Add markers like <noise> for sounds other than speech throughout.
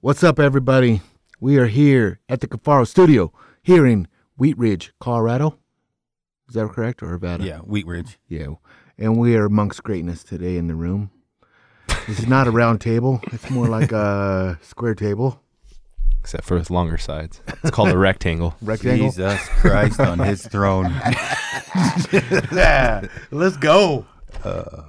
What's up, everybody? We are here at the Cafaro Studio here in Wheat Ridge, Colorado. Is that correct or Nevada? Yeah, Wheat Ridge. Yeah. And we are amongst greatness today in the room. This is not a round table. It's more like a <laughs> square table, except for with longer sides. It's <laughs> called a rectangle. rectangle. Jesus Christ on his throne. Yeah, let's go. Uh,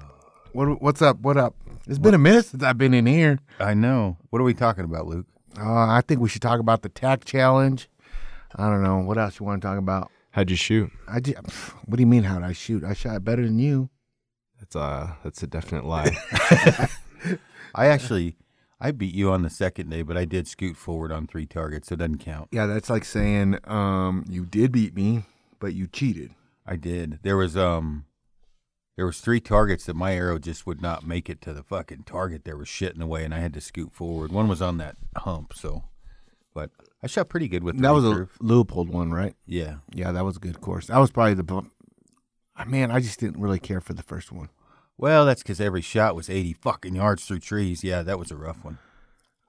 what, what's up? What up? It's been a minute since I've been in here. I know. What are we talking about, Luke? Uh, I think we should talk about the tack challenge. I don't know what else you want to talk about. How'd you shoot? I ju- what do you mean? How would I shoot? I shot better than you. That's a that's a <laughs> definite lie. I actually, I beat you on the second day, but I did scoot forward on three targets, so it doesn't count. Yeah, that's like saying um, you did beat me, but you cheated. I did. There was um, there was three targets that my arrow just would not make it to the fucking target. There was shit in the way, and I had to scoot forward. One was on that hump, so, but I shot pretty good with the That was a recurve. Leopold one, right? yeah. Yeah, that was a good course. That was probably the. bu- Ah, Man, I just didn't really care for the first one. Well, that's because every shot was eighty fucking yards through trees. Yeah, that was a rough one.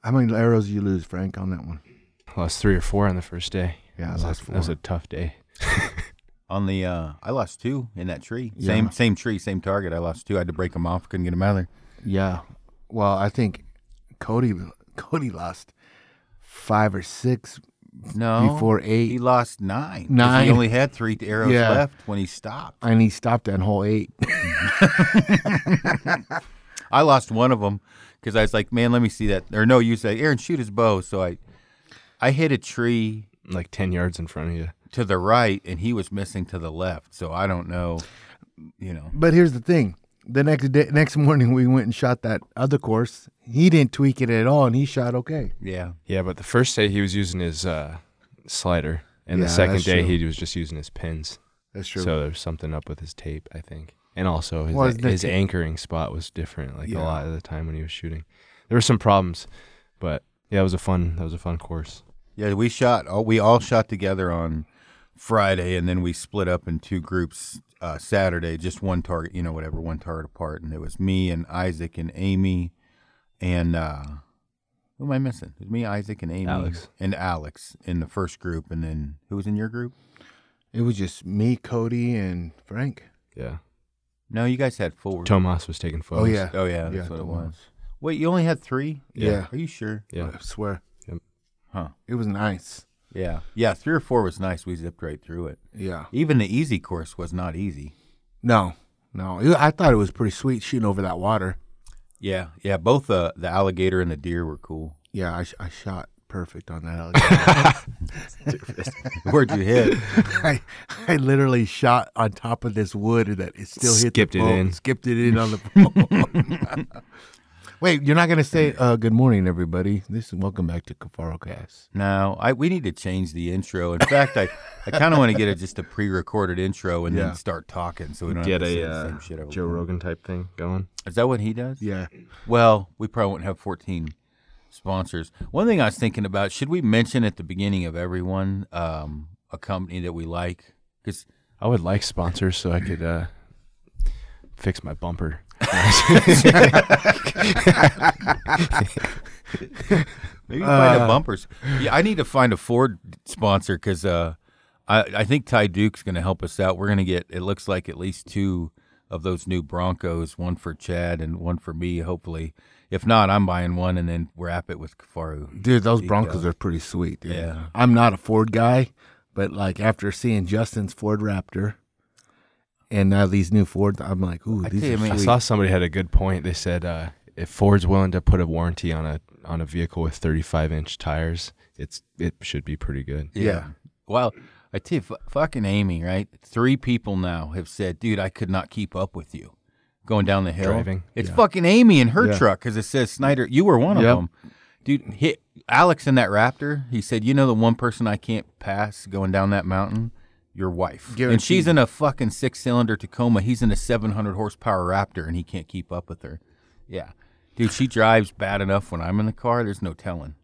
How many arrows did you lose, Frank, on that one? lost three or four on the first day. Yeah, I That was a- lost That was four. a tough day. on the uh I lost two in that tree. Yeah. Same same tree, same target. I lost two. I had to break them off. Couldn't get them out of there. Yeah. Well, I think Cody Cody lost five or six No. before eight, he lost nine. 'cause Nine. He only had three arrows Yeah. left when he stopped. and he stopped at hole eight. I lost one of them because I was like, man, let me see that. Or no, you say, Aaron, shoot his bow. So I, I hit a tree Like ten yards in front of you. to the right, and he was missing to the left. So I don't know. You know, But here's the thing: the next day, next morning, we went and shot that other course. He didn't tweak it at all, and he shot okay. yeah. Yeah, but the first day he was using his uh, slider, and Yeah, the second that's day true. he was just using his pins. That's true. So there's something up with his tape, I think. And also his Well, his, the ta- anchoring spot was different. Like Yeah. a lot of the time when he was shooting, there were some problems, but yeah, it was a fun that was a fun course. Yeah, we shot. All, we all shot together on Friday, and then we split up in two groups uh, Saturday. Just one target, you know, whatever, one target apart. And it was me and Isaac and Amy, and uh, who am I missing? It was me, Isaac, and Amy, Alex. and Alex in the first group, and then who was in your group? it was just me, Cody, and Frank. Yeah, No, you guys had four. Tomas was taking Oh photos. yeah, Oh yeah, that's Yeah, what it Tomas. was. Wait, you only had three? Yeah. Are you sure? yeah. I swear. Yep. Huh. It was nice. Yeah, yeah. Three or four was nice. We zipped right through it. Yeah. Even the easy course was not easy. No, no. It- I thought it was pretty sweet shooting over that water. Yeah, yeah. Both the the alligator and the deer were cool. <laughs> Yeah, I, sh- I shot perfect on that. <laughs> alligator. Where'd you hit? I, I literally shot on top of this wood that it still hit Skipped the it pole, in. Skipped it in on the pole. <laughs> Wait, you're not gonna say uh, good morning, everybody. This is welcome back to Cafaro Cast. no, I we need to change the intro. In fact, I, I kind of want to get a, just a pre-recorded intro and Yeah. then start talking, so we don't get have to say a the uh, same shit over. Joe Rogan type thing going. Is that what he does? Yeah, Well, we probably won't have fourteen sponsors. One thing I was thinking about: should we mention at the beginning of everyone um, a company that we like? Because I would like sponsors so I could uh, fix my bumper. Maybe find a bumpers. Yeah, I need to find a Ford sponsor because uh, I I think Ty Duke's going to help us out. We're going to get it looks like at least two of those new Broncos, one for Chad and one for me. Hopefully, if not, I'm buying one and then wrap it with Kafaru. dude, those Broncos are pretty sweet. Dude. Yeah. I'm not a Ford guy, but like after seeing Justin's Ford Raptor, and now these new Fords, I'm like, ooh, these tell you, are man, I sweet. saw somebody had a good point. They said uh, if Ford's willing to put a warranty on a on a vehicle with 35 inch tires, it's it should be pretty good. Yeah. Well, I tell you, fu fucking Amy, right? Three people now have said, "Dude, I could not keep up with you." Going down the hill, Driving. It's fucking Amy in her Yeah. truck because it says Snyder. You were one of Yep. them, dude. Hit Alex in that Raptor. He said, "You know the one person I can't pass going down that mountain." Your wife, and she's in a fucking six-cylinder Tacoma. He's in a 700 horsepower Raptor, and he can't keep up with her. Yeah, dude, she drives bad enough when I'm in the car. There's no telling.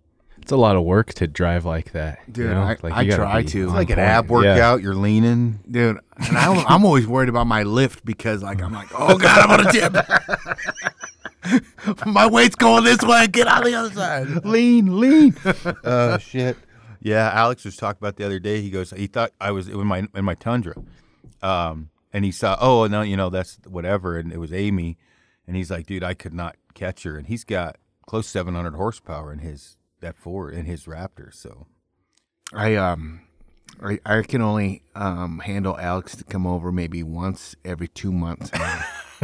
It's a lot of work to drive like that. you Dude, know? I- like I gotta try be to. It's on Like an point. ab Yeah. workout, you're leaning. dude. And <laughs> I'm, I'm always worried about my lift because, like, I'm like, oh god, I'm on a tip. <laughs> My weight's going this way. Get out the other <laughs> side. Lean, lean. Oh shit. Yeah, Alex was talking about the other day. He goes, he thought I was in my in my Tundra, um, and he saw, oh no, you know that's whatever, and it was Amy, and he's like, dude, I could not catch her, and he's got close 700 horsepower in his that Ford in his Raptor, so I um I, I can only um handle Alex to come over maybe once every two months. now.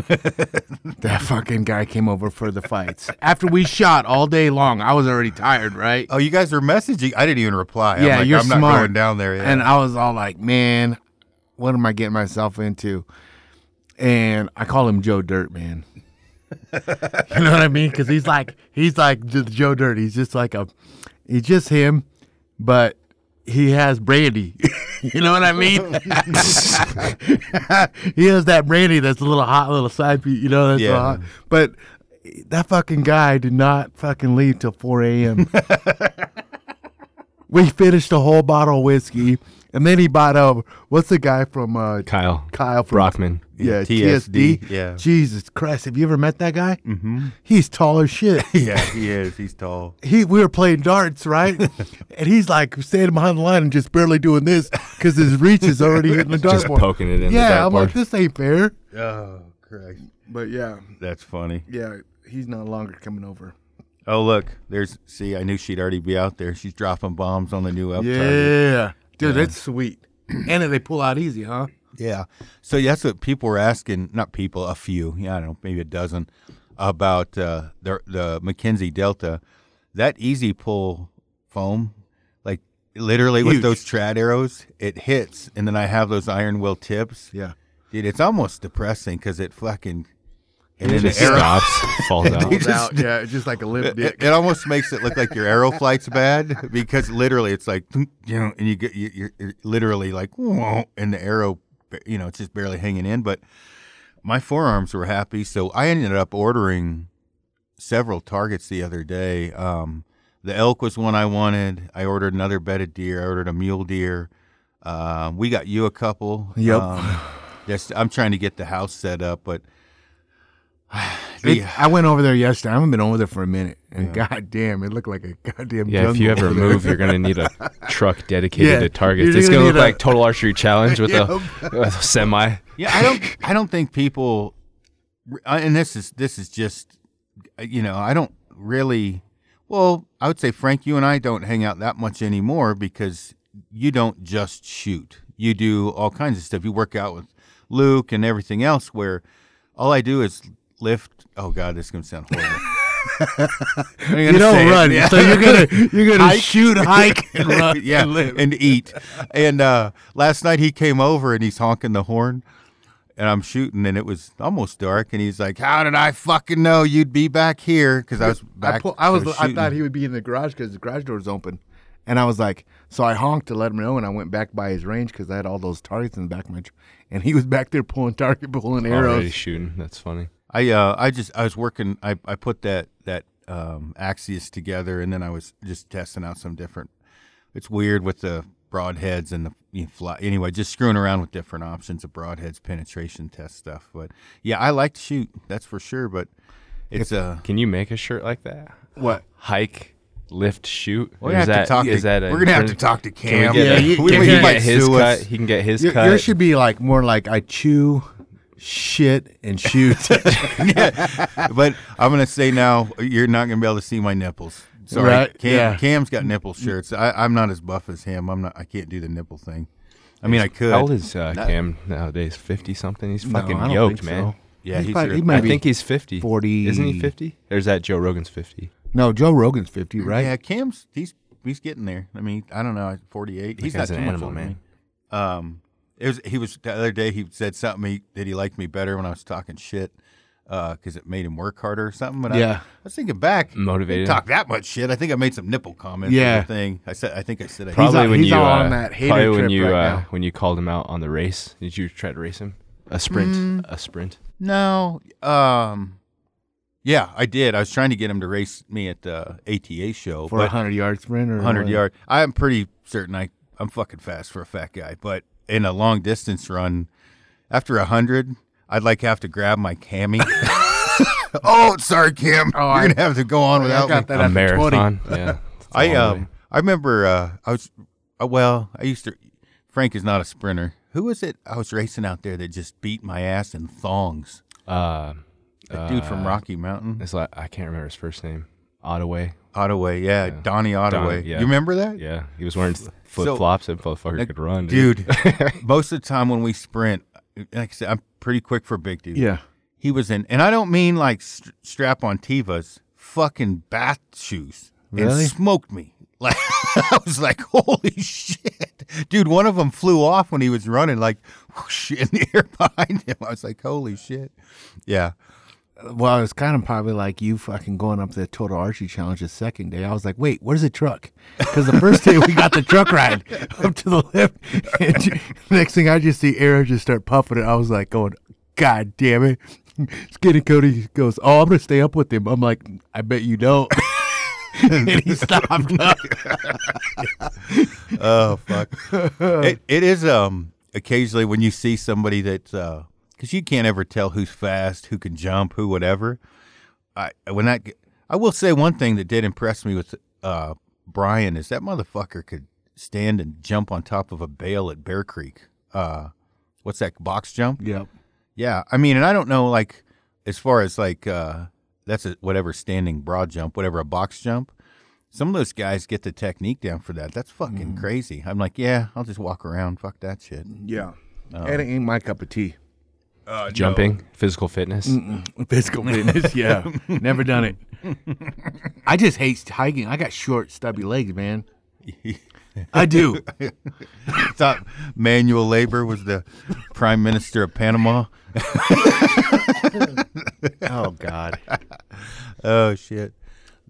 that fucking guy came over for the fights. After we shot all day long, I was already tired, right? Oh, you guys were messaging. I didn't even reply. yeah, I'm like, you're I'm smart. not going down there. And I was all like, man, what am I getting myself into? And I call him Joe Dirt, man. <laughs> you know what I mean? Because he's like, he's like just Joe Dirt. He's just like a, he's just him, but he has brandy. <laughs> you know what I mean? <laughs> he has that brandy that's a little hot, little side piece. You know, that's Yeah. yeah. hot. But that fucking guy did not fucking leave till 4 a.m. We finished the whole bottle of whiskey, and then he bought uh, what's the guy from uh, Kyle Kyle from Brockman. Yeah, TSD, TSD. yeah. Jesus Christ, have you ever met that guy? Mm-hmm. He's tall as <laughs> shit. <laughs> yeah, he is. He's tall. he we were playing darts, <laughs> right? and he's like standing behind the line and just barely doing this because his reach is already hitting <laughs> the dartboard. Just poking it in yeah, the I'm dartboard. like, this ain't fair. Oh Christ, But yeah, that's funny. yeah, he's no longer coming over. Oh look, there's. See, I knew she'd already be out there. She's dropping bombs on the new up target. Yeah, dude, that's sweet. <clears throat> and then they pull out easy, huh? Yeah. So that's what people were asking. Not people, a few. Yeah, I don't know, maybe a dozen about uh, the the McKenzie Delta. That easy pull foam, like literally with Huge. those trad arrows, it hits, and then I have those iron will tips. Yeah. Dude, it's almost depressing because it fucking. And It then just the arrow, <laughs> stops, falls out. Pulls out, yeah, <laughs> just like a lip it, it almost makes it look like your arrow flight's bad because literally it's like you know, and you get you, you're, you're literally like "Whoa," and the arrow, you know, it's just barely hanging in. But my forearms were happy, so I ended up ordering several targets the other day. Um, the elk was one I wanted. I ordered another bedded deer. I ordered a mule deer. Um, we got you a couple. Yep. Um, just, I'm trying to get the house set up, but It- yeah. I went over there yesterday. I haven't been over there for a minute, and goddamn, it looked like a goddamn Yeah, if you jungle ever over there. <laughs> move, you're gonna need a truck dedicated Yeah, to targets. you're It's gonna gonna look need a- like total archery challenge <laughs> with <laughs> a, with a semi. Yeah, I don't. I don't think people. uh, And this is this is just, you know, I don't really. Well, I would say Frank, you and I don't hang out that much anymore because you don't just shoot. You do all kinds of stuff. You work out with Luke and everything else. Where all I do is lift. Oh God, this is gonna sound horrible. <laughs> I'm You gonna say don't it. run, <laughs> Yeah so you're gonna you're <laughs> gonna <laughs> shoot, hike, and run. yeah, and live. and eat. And uh, last night he came over and he's honking the horn, and I'm shooting, and it was almost dark. And he's like, "How did I fucking know you'd be back here?" Because I was back. I, pull, I was there I thought shooting. he would be in the garage because the garage door was open, and I was like, so I honked to let him know, and I went back by his range because I had all those targets in the back of my, tr- and he was back there pulling target, pulling Already arrows. shooting. That's funny. I uh, I just I was working. I I put that that um, Axius together, and then I was just testing out some different. It's weird with the broadheads and the you know, fly. Anyway, just screwing around with different options of broadheads, penetration test stuff. But yeah, I like to shoot. That's for sure. But <laughs> it's uh, Can you make a shirt like that? What? Hike, lift, shoot. we're gonna have to talk. is to, that a- we're gonna have to talk to Cam. Can we get, Yeah, a- you- can we, you we he can't get might his sue cut? us. He can get his Your, cut. yours should be like more like I chew, shit, and shoot. <laughs> <laughs> but I'm gonna say now, you're not gonna be able to see my nipples. Sorry, Right, Cam, yeah. Cam's got nipple shirts. I, I'm not as buff as him. I'm not. I can't do the nipple thing. I mean, I could. How old is uh, Cam nowadays? Fifty something. He's No, fucking I don't yoked, think man. so. Yeah, He's he's probably- your- he I might be- think he's fifty. 40. Isn't he fifty? Or is that Joe Rogan's fifty? No, Joe Rogan's fifty, right? Yeah, Cam's he's he's getting there. I mean, I don't know, forty eight. He's not guy's too an much animal, older man. than me. Um, it was he was the other day. He said something he, that he liked me better when I was talking shit because it made him work harder or something. But I, Yeah. I was thinking back, Motivated didn't him. talk that much shit. I think I made some nipple comments. Yeah. or thing. I said I think I said I Probably all- when he's you all uh, on that hater probably when trip you right uh, now. when you called him out on the race. Did you try to race him? A sprint, Mm. a sprint. no. Um, yeah, I did. I was trying to get him to race me at the ATA show for but- a hundred yard sprint or hundred what? yard. I'm pretty certain I I'm fucking fast for a fat guy, but in <laughs> a long distance run, after a hundred, I'd like have to grab my cami <laughs> oh, sorry, Cam. Oh, You're I- gonna have to go on I without me. got that a after 20. <laughs> marathon. Yeah. It's a I long um way. I remember uh I was uh, well I used to Frank is not a sprinter. Who was it I was racing out there that just beat my ass in thongs? Uh, The dude from uh, Rocky Mountain, It's like I can't remember his first name. Ottaway. Ottaway. Yeah, Donnie Ottaway. yeah. You remember that? Yeah, he was wearing flip flops. That motherfucker Like, could run, dude. <laughs> most of the time when we sprint, like I said, I'm pretty quick for a big dude. Yeah. he was in, and I don't mean like st- strap on Tivas, fucking bath shoes, Really? and smoked me. Like <laughs> I was like, holy shit, dude! One of them flew off when he was running, like whoosh, in the <laughs> air behind him. I was like, holy shit, yeah. Well, it's kind of probably like you fucking going up the total archery challenge the second day. I was like, wait, where's the truck? Because the first day we got the truck ride up to the lift. And ju- next thing I just see arrows just start puffing it. I was like, going, God damn it. Skinny Cody goes, Oh, I'm going to stay up with him. I'm like, I bet you don't. <laughs> and he stopped up. Oh fuck! it, it is um occasionally when you see somebody that's uh because you can't ever tell who's fast, who can jump, who whatever. I when that g- I will say one thing that did impress me with uh Brian is that motherfucker could stand and jump on top of a bale at Bear Creek. Uh, what's that box jump? Yep. Yeah, I mean, and I don't know, like, as far as like, uh, that's a, whatever standing broad jump, whatever a box jump. Some of those guys get the technique down for that. That's fucking Mm-hmm. crazy. I'm like, yeah, I'll just walk around. Fuck that shit. Yeah. And it ain't my cup of tea. jumping, physical fitness. <laughs> Physical fitness, <laughs> yeah. Never done <laughs> it. I just hate hiking. I got short, stubby legs, man. <laughs> I do. Thought manual labor was the prime minister of Panama. Oh God. Oh shit.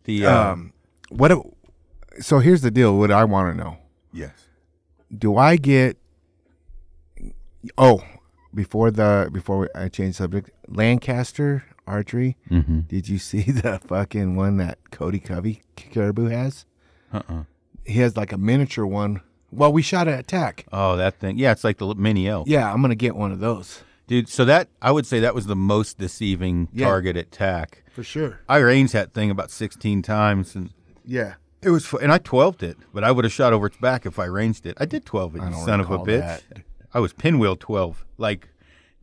The uh, Um, what? do- so here's the deal. What I want to know: yes. Do I get? Oh, before the before we- I change subject, Lancaster archery. Did you see <laughs> the fucking one that Cody Covey Caribou has? Uh. uh He has like a miniature one. Well, we shot at attack. Oh, that thing. Yeah, it's like the li- mini elk, Yeah, I'm gonna get one of those dude. So that I would say that was the most deceiving Yeah. target at TAC. for sure. I ranged that thing about 16 times and. Yeah. It was, fu- and I twelved it, but I would have shot over its back if I ranged it. I did twelve it, I you don't son of a recall bitch. that. I was pinwheel twelve, like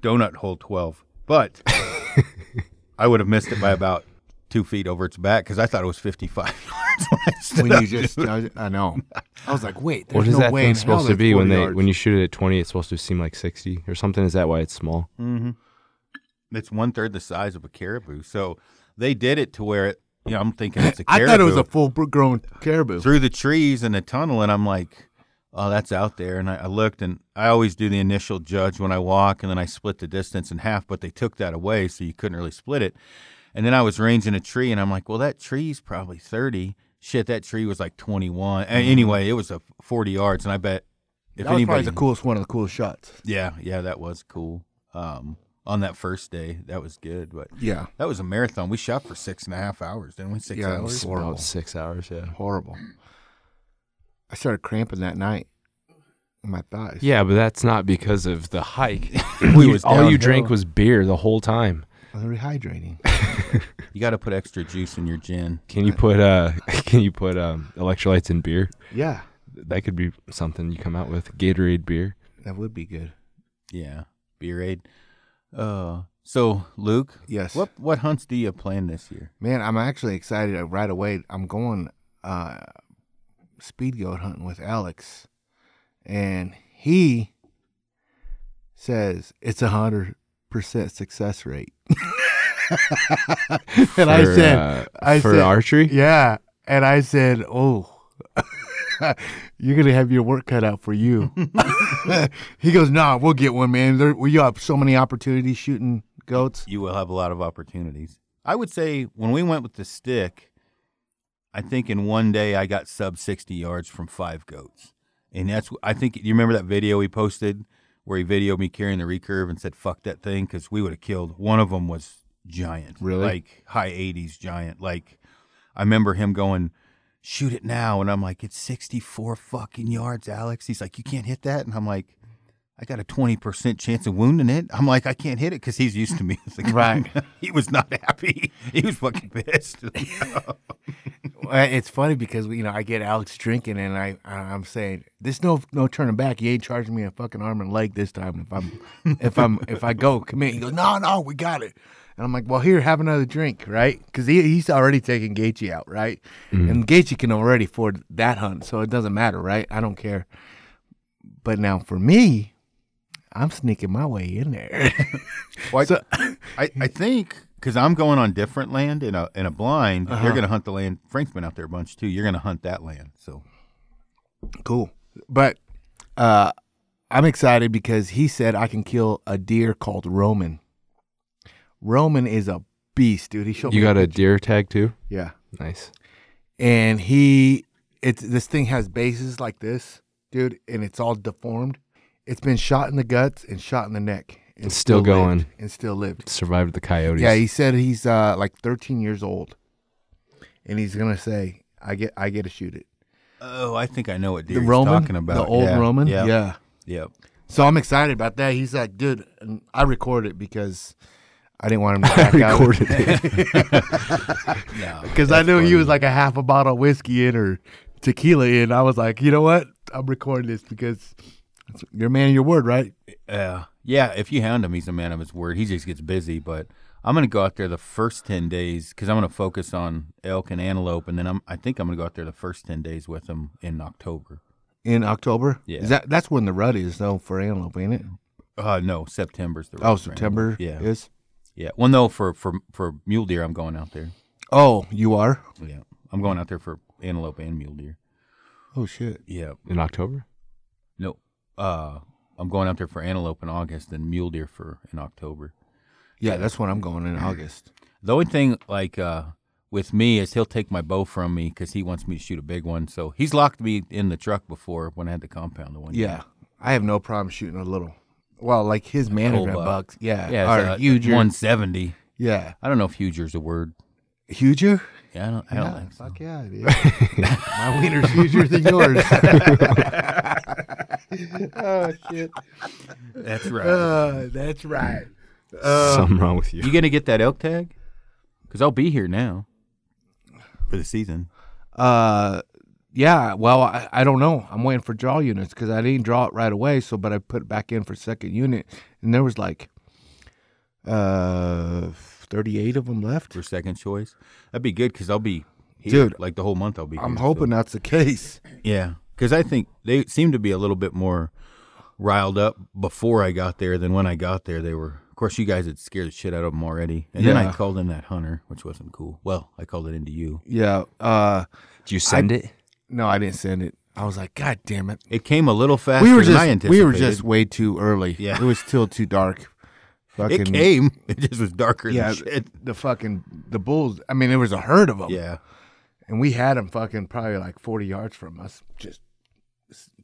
donut hole twelve, but <laughs> I would have missed it by about two feet over its back because I thought it was fifty-five <laughs> yards. When I stood When up. you <laughs> just, I, I know. I was like, wait, there's What is no that way thing in hell supposed to that's be when 40 they yards. when you shoot it at twenty? It's supposed to seem like sixty or something. Is that why it's small? It's one third the size of a caribou, so they did it to where it. You know, I'm thinking it's a I caribou. thought it was a full grown caribou. through the trees in a tunnel and I'm like, oh, that's out there. And I, I looked and I always do the initial judge when I walk and then I split the distance in half, but they took that away so you couldn't really split it. And then I was ranging a tree and I'm like, well, that tree's probably 30. Shit, that tree was like 21. A- Anyway, it was a 40 yards. And I bet if Mm-hmm. that was anybody. probably the coolest one of the coolest shots. yeah, yeah, that was cool. Um, on that first day, that was good. But Yeah, that was a marathon. We shot for six and a half hours, didn't we? Six Yeah, it hours. was It's Horrible. About six hours. Yeah. horrible. I started cramping that night in my thighs. Yeah, but that's not because of the <laughs> hike. We You- was all Oh, downhill. you drank was beer the whole time. I was <laughs> rehydrating. You got to put extra juice in your gin. Can you put uh <laughs> can you put um electrolytes in beer? yeah, That could be something you come out with. Gatorade beer. that would be good. Yeah, beer aid. Uh, so Luke, Yes. what what hunts do you plan this year? Man, I'm actually excited uh, right away. I'm going uh, speed goat hunting with Alex, and he says it's a hundred percent success rate. <laughs> and I For, said, uh, I for said- archery. Yeah. And I said, Oh, <laughs> you're going to have your work cut out for <laughs> you. <laughs> he goes, Nah, we'll get one, man. There, we have so many opportunities shooting goats. You will have a lot of opportunities. I would say when we went with the stick, I think in one day I got sub sixty yards from five goats, and that's I think you remember that video we posted where he videoed me carrying the recurve and said fuck that thing because we would have killed. One of them was giant, Really? like high eighties giant, like. I remember him going, shoot it now. And I'm like, it's 64 fucking yards, Alex. He's like, you can't hit that. And I'm like, I got a 20% chance of wounding it. I'm like, I can't hit it because he's used to me. It's like, Right. <laughs> he was not happy. He was fucking pissed. <laughs> Well, It's funny because you know I get Alex drinking, and I I'm saying there's no no turning back. You ain't charging me a fucking arm and leg this time. If I'm if I'm if I go commit, he goes no no we got it, and I'm like well here have another drink right because he, he's already taking Gaethje out right, and Gaethje can already afford that hunt so it doesn't matter right I don't care, but now for me, I'm sneaking my way in there. <laughs> Well, I- So- <laughs> I, I think because I'm going on different land in a in a blind, you're going to hunt the land. Frank's been out there a bunch too. You're going to hunt that land. So cool. But uh, I'm excited because he said I can kill a deer called Roman. Roman is a beast, dude. He showed You me. got a deer tag too? yeah, Nice. and he it's this thing has bases like this, dude, and it's all deformed. It's been shot in the guts and shot in the neck. And It's still going. lived, and still lived. Survived the coyotes. Yeah, he said he's uh, like 13 years old, and he's gonna say, "I get, I get to shoot it." oh, I think I know what deer The he's Roman, talking about. the old Yeah, Roman, Yeah, yeah. yeah. So I'm excited about that. He's like, dude, and I recorded it because I didn't want him to <laughs> back out recorded <laughs> it. <laughs> No, because I knew he was like a half a bottle of whiskey in or tequila in. I was like, you know what? I'm recording this because it's- you're a man of your word, right? uh, yeah. If you hound him, he's a man of his word. He just gets busy. But I'm going to go out there the first ten days because I'm going to focus on elk and antelope, and then I'm I think I'm going to go out there the first ten days with him in October. In October, Yeah. Is that that's when the rut is though for antelope, ain't it? Uh, no, September's the Oh, rough round. September Yeah, is. yeah. Well, no, for for for mule deer, I'm going out there. Oh, you are. Yeah, I'm going out there for antelope and mule deer. Oh shit. Yeah. In October? No. Uh, I'm going out there for antelope in August and mule deer for in October. Yeah, that's when I'm going in August. The only thing like uh, with me is he'll take my bow from me because he wants me to shoot a big one. So he's locked me in the truck before when I had the compound the one. year. Yeah, I have no problem shooting a little. Well, like his management buck. bucks. Yeah, Yeah. It's Or a huger. 170. Yeah, I don't know if huger's a word. huger. Yeah, I don't. I don't Yeah, think so. Fuck yeah, dude. <laughs> My wiener's huger than <laughs> yours. That's right. Uh, that's right. Uh, Something wrong with you. you gonna get that elk tag? Because I'll be here now for the season. Uh, yeah. Well, I, I don't know. I'm waiting for draw units because I didn't draw it right away. So, but I put it back in for second unit, and there was like, uh, 38 of them left. for second choice. That'd be good because I'll be here, Dude, Like the whole month, I'll be. I'm here, so- hoping that's the case. Yeah, because I think they seem to be a little bit more riled up before I got there than when I got there. They were, of course, you guys had scared the shit out of them already, and then I Yeah. called in that hunter, which wasn't cool. Well, I called it into you. Yeah. Uh, Did you send it? no, I didn't send it. I was like, God damn it. It came a little faster We were than I just we anticipated. were just way too early. Yeah. It was still too dark. It came. <laughs> It just was darker Yeah, than shit. the fucking the bulls. I mean, there was a herd of them. Yeah. and we had them fucking probably like forty yards from us, just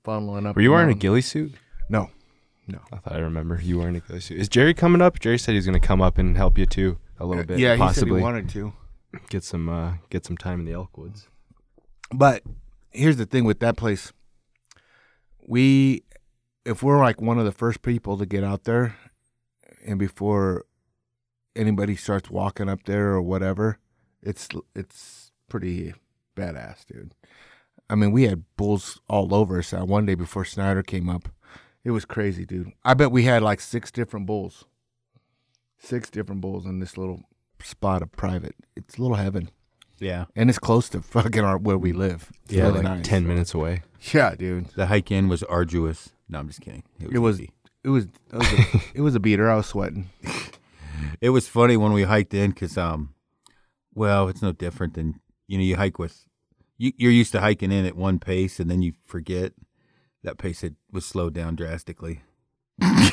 funneling up. Were you and wearing a down. ghillie suit? No, I thought I remember you wearing a ghillie suit. Is Jerry coming up? Jerry said he's going to come up and help you too a little Uh, bit. yeah, he said possibly he wanted to. get some uh, get some time in the elk woods. But here's the thing with that place. We, if we're like one of the first people to get out there, and before anybody starts walking up there or whatever, it's it's pretty badass, dude. I mean, we had bulls all over us that one day before Snyder came up. It was crazy, dude. I bet we had like six different bulls, six different bulls in this little spot of private. It's a little heaven Yeah. and it's close to fucking our where we live. It's Yeah, really like nice. ten minutes away. Yeah, dude. The hike in was arduous. No, I'm just kidding. It was. easy. It was. It was, <laughs> a, it was a beater. I was sweating. <laughs> It was funny when we hiked in because, um, well, it's no different than you know you hike with, you, you're used to hiking in at one pace and then you forget that pace had, was slowed down drastically. You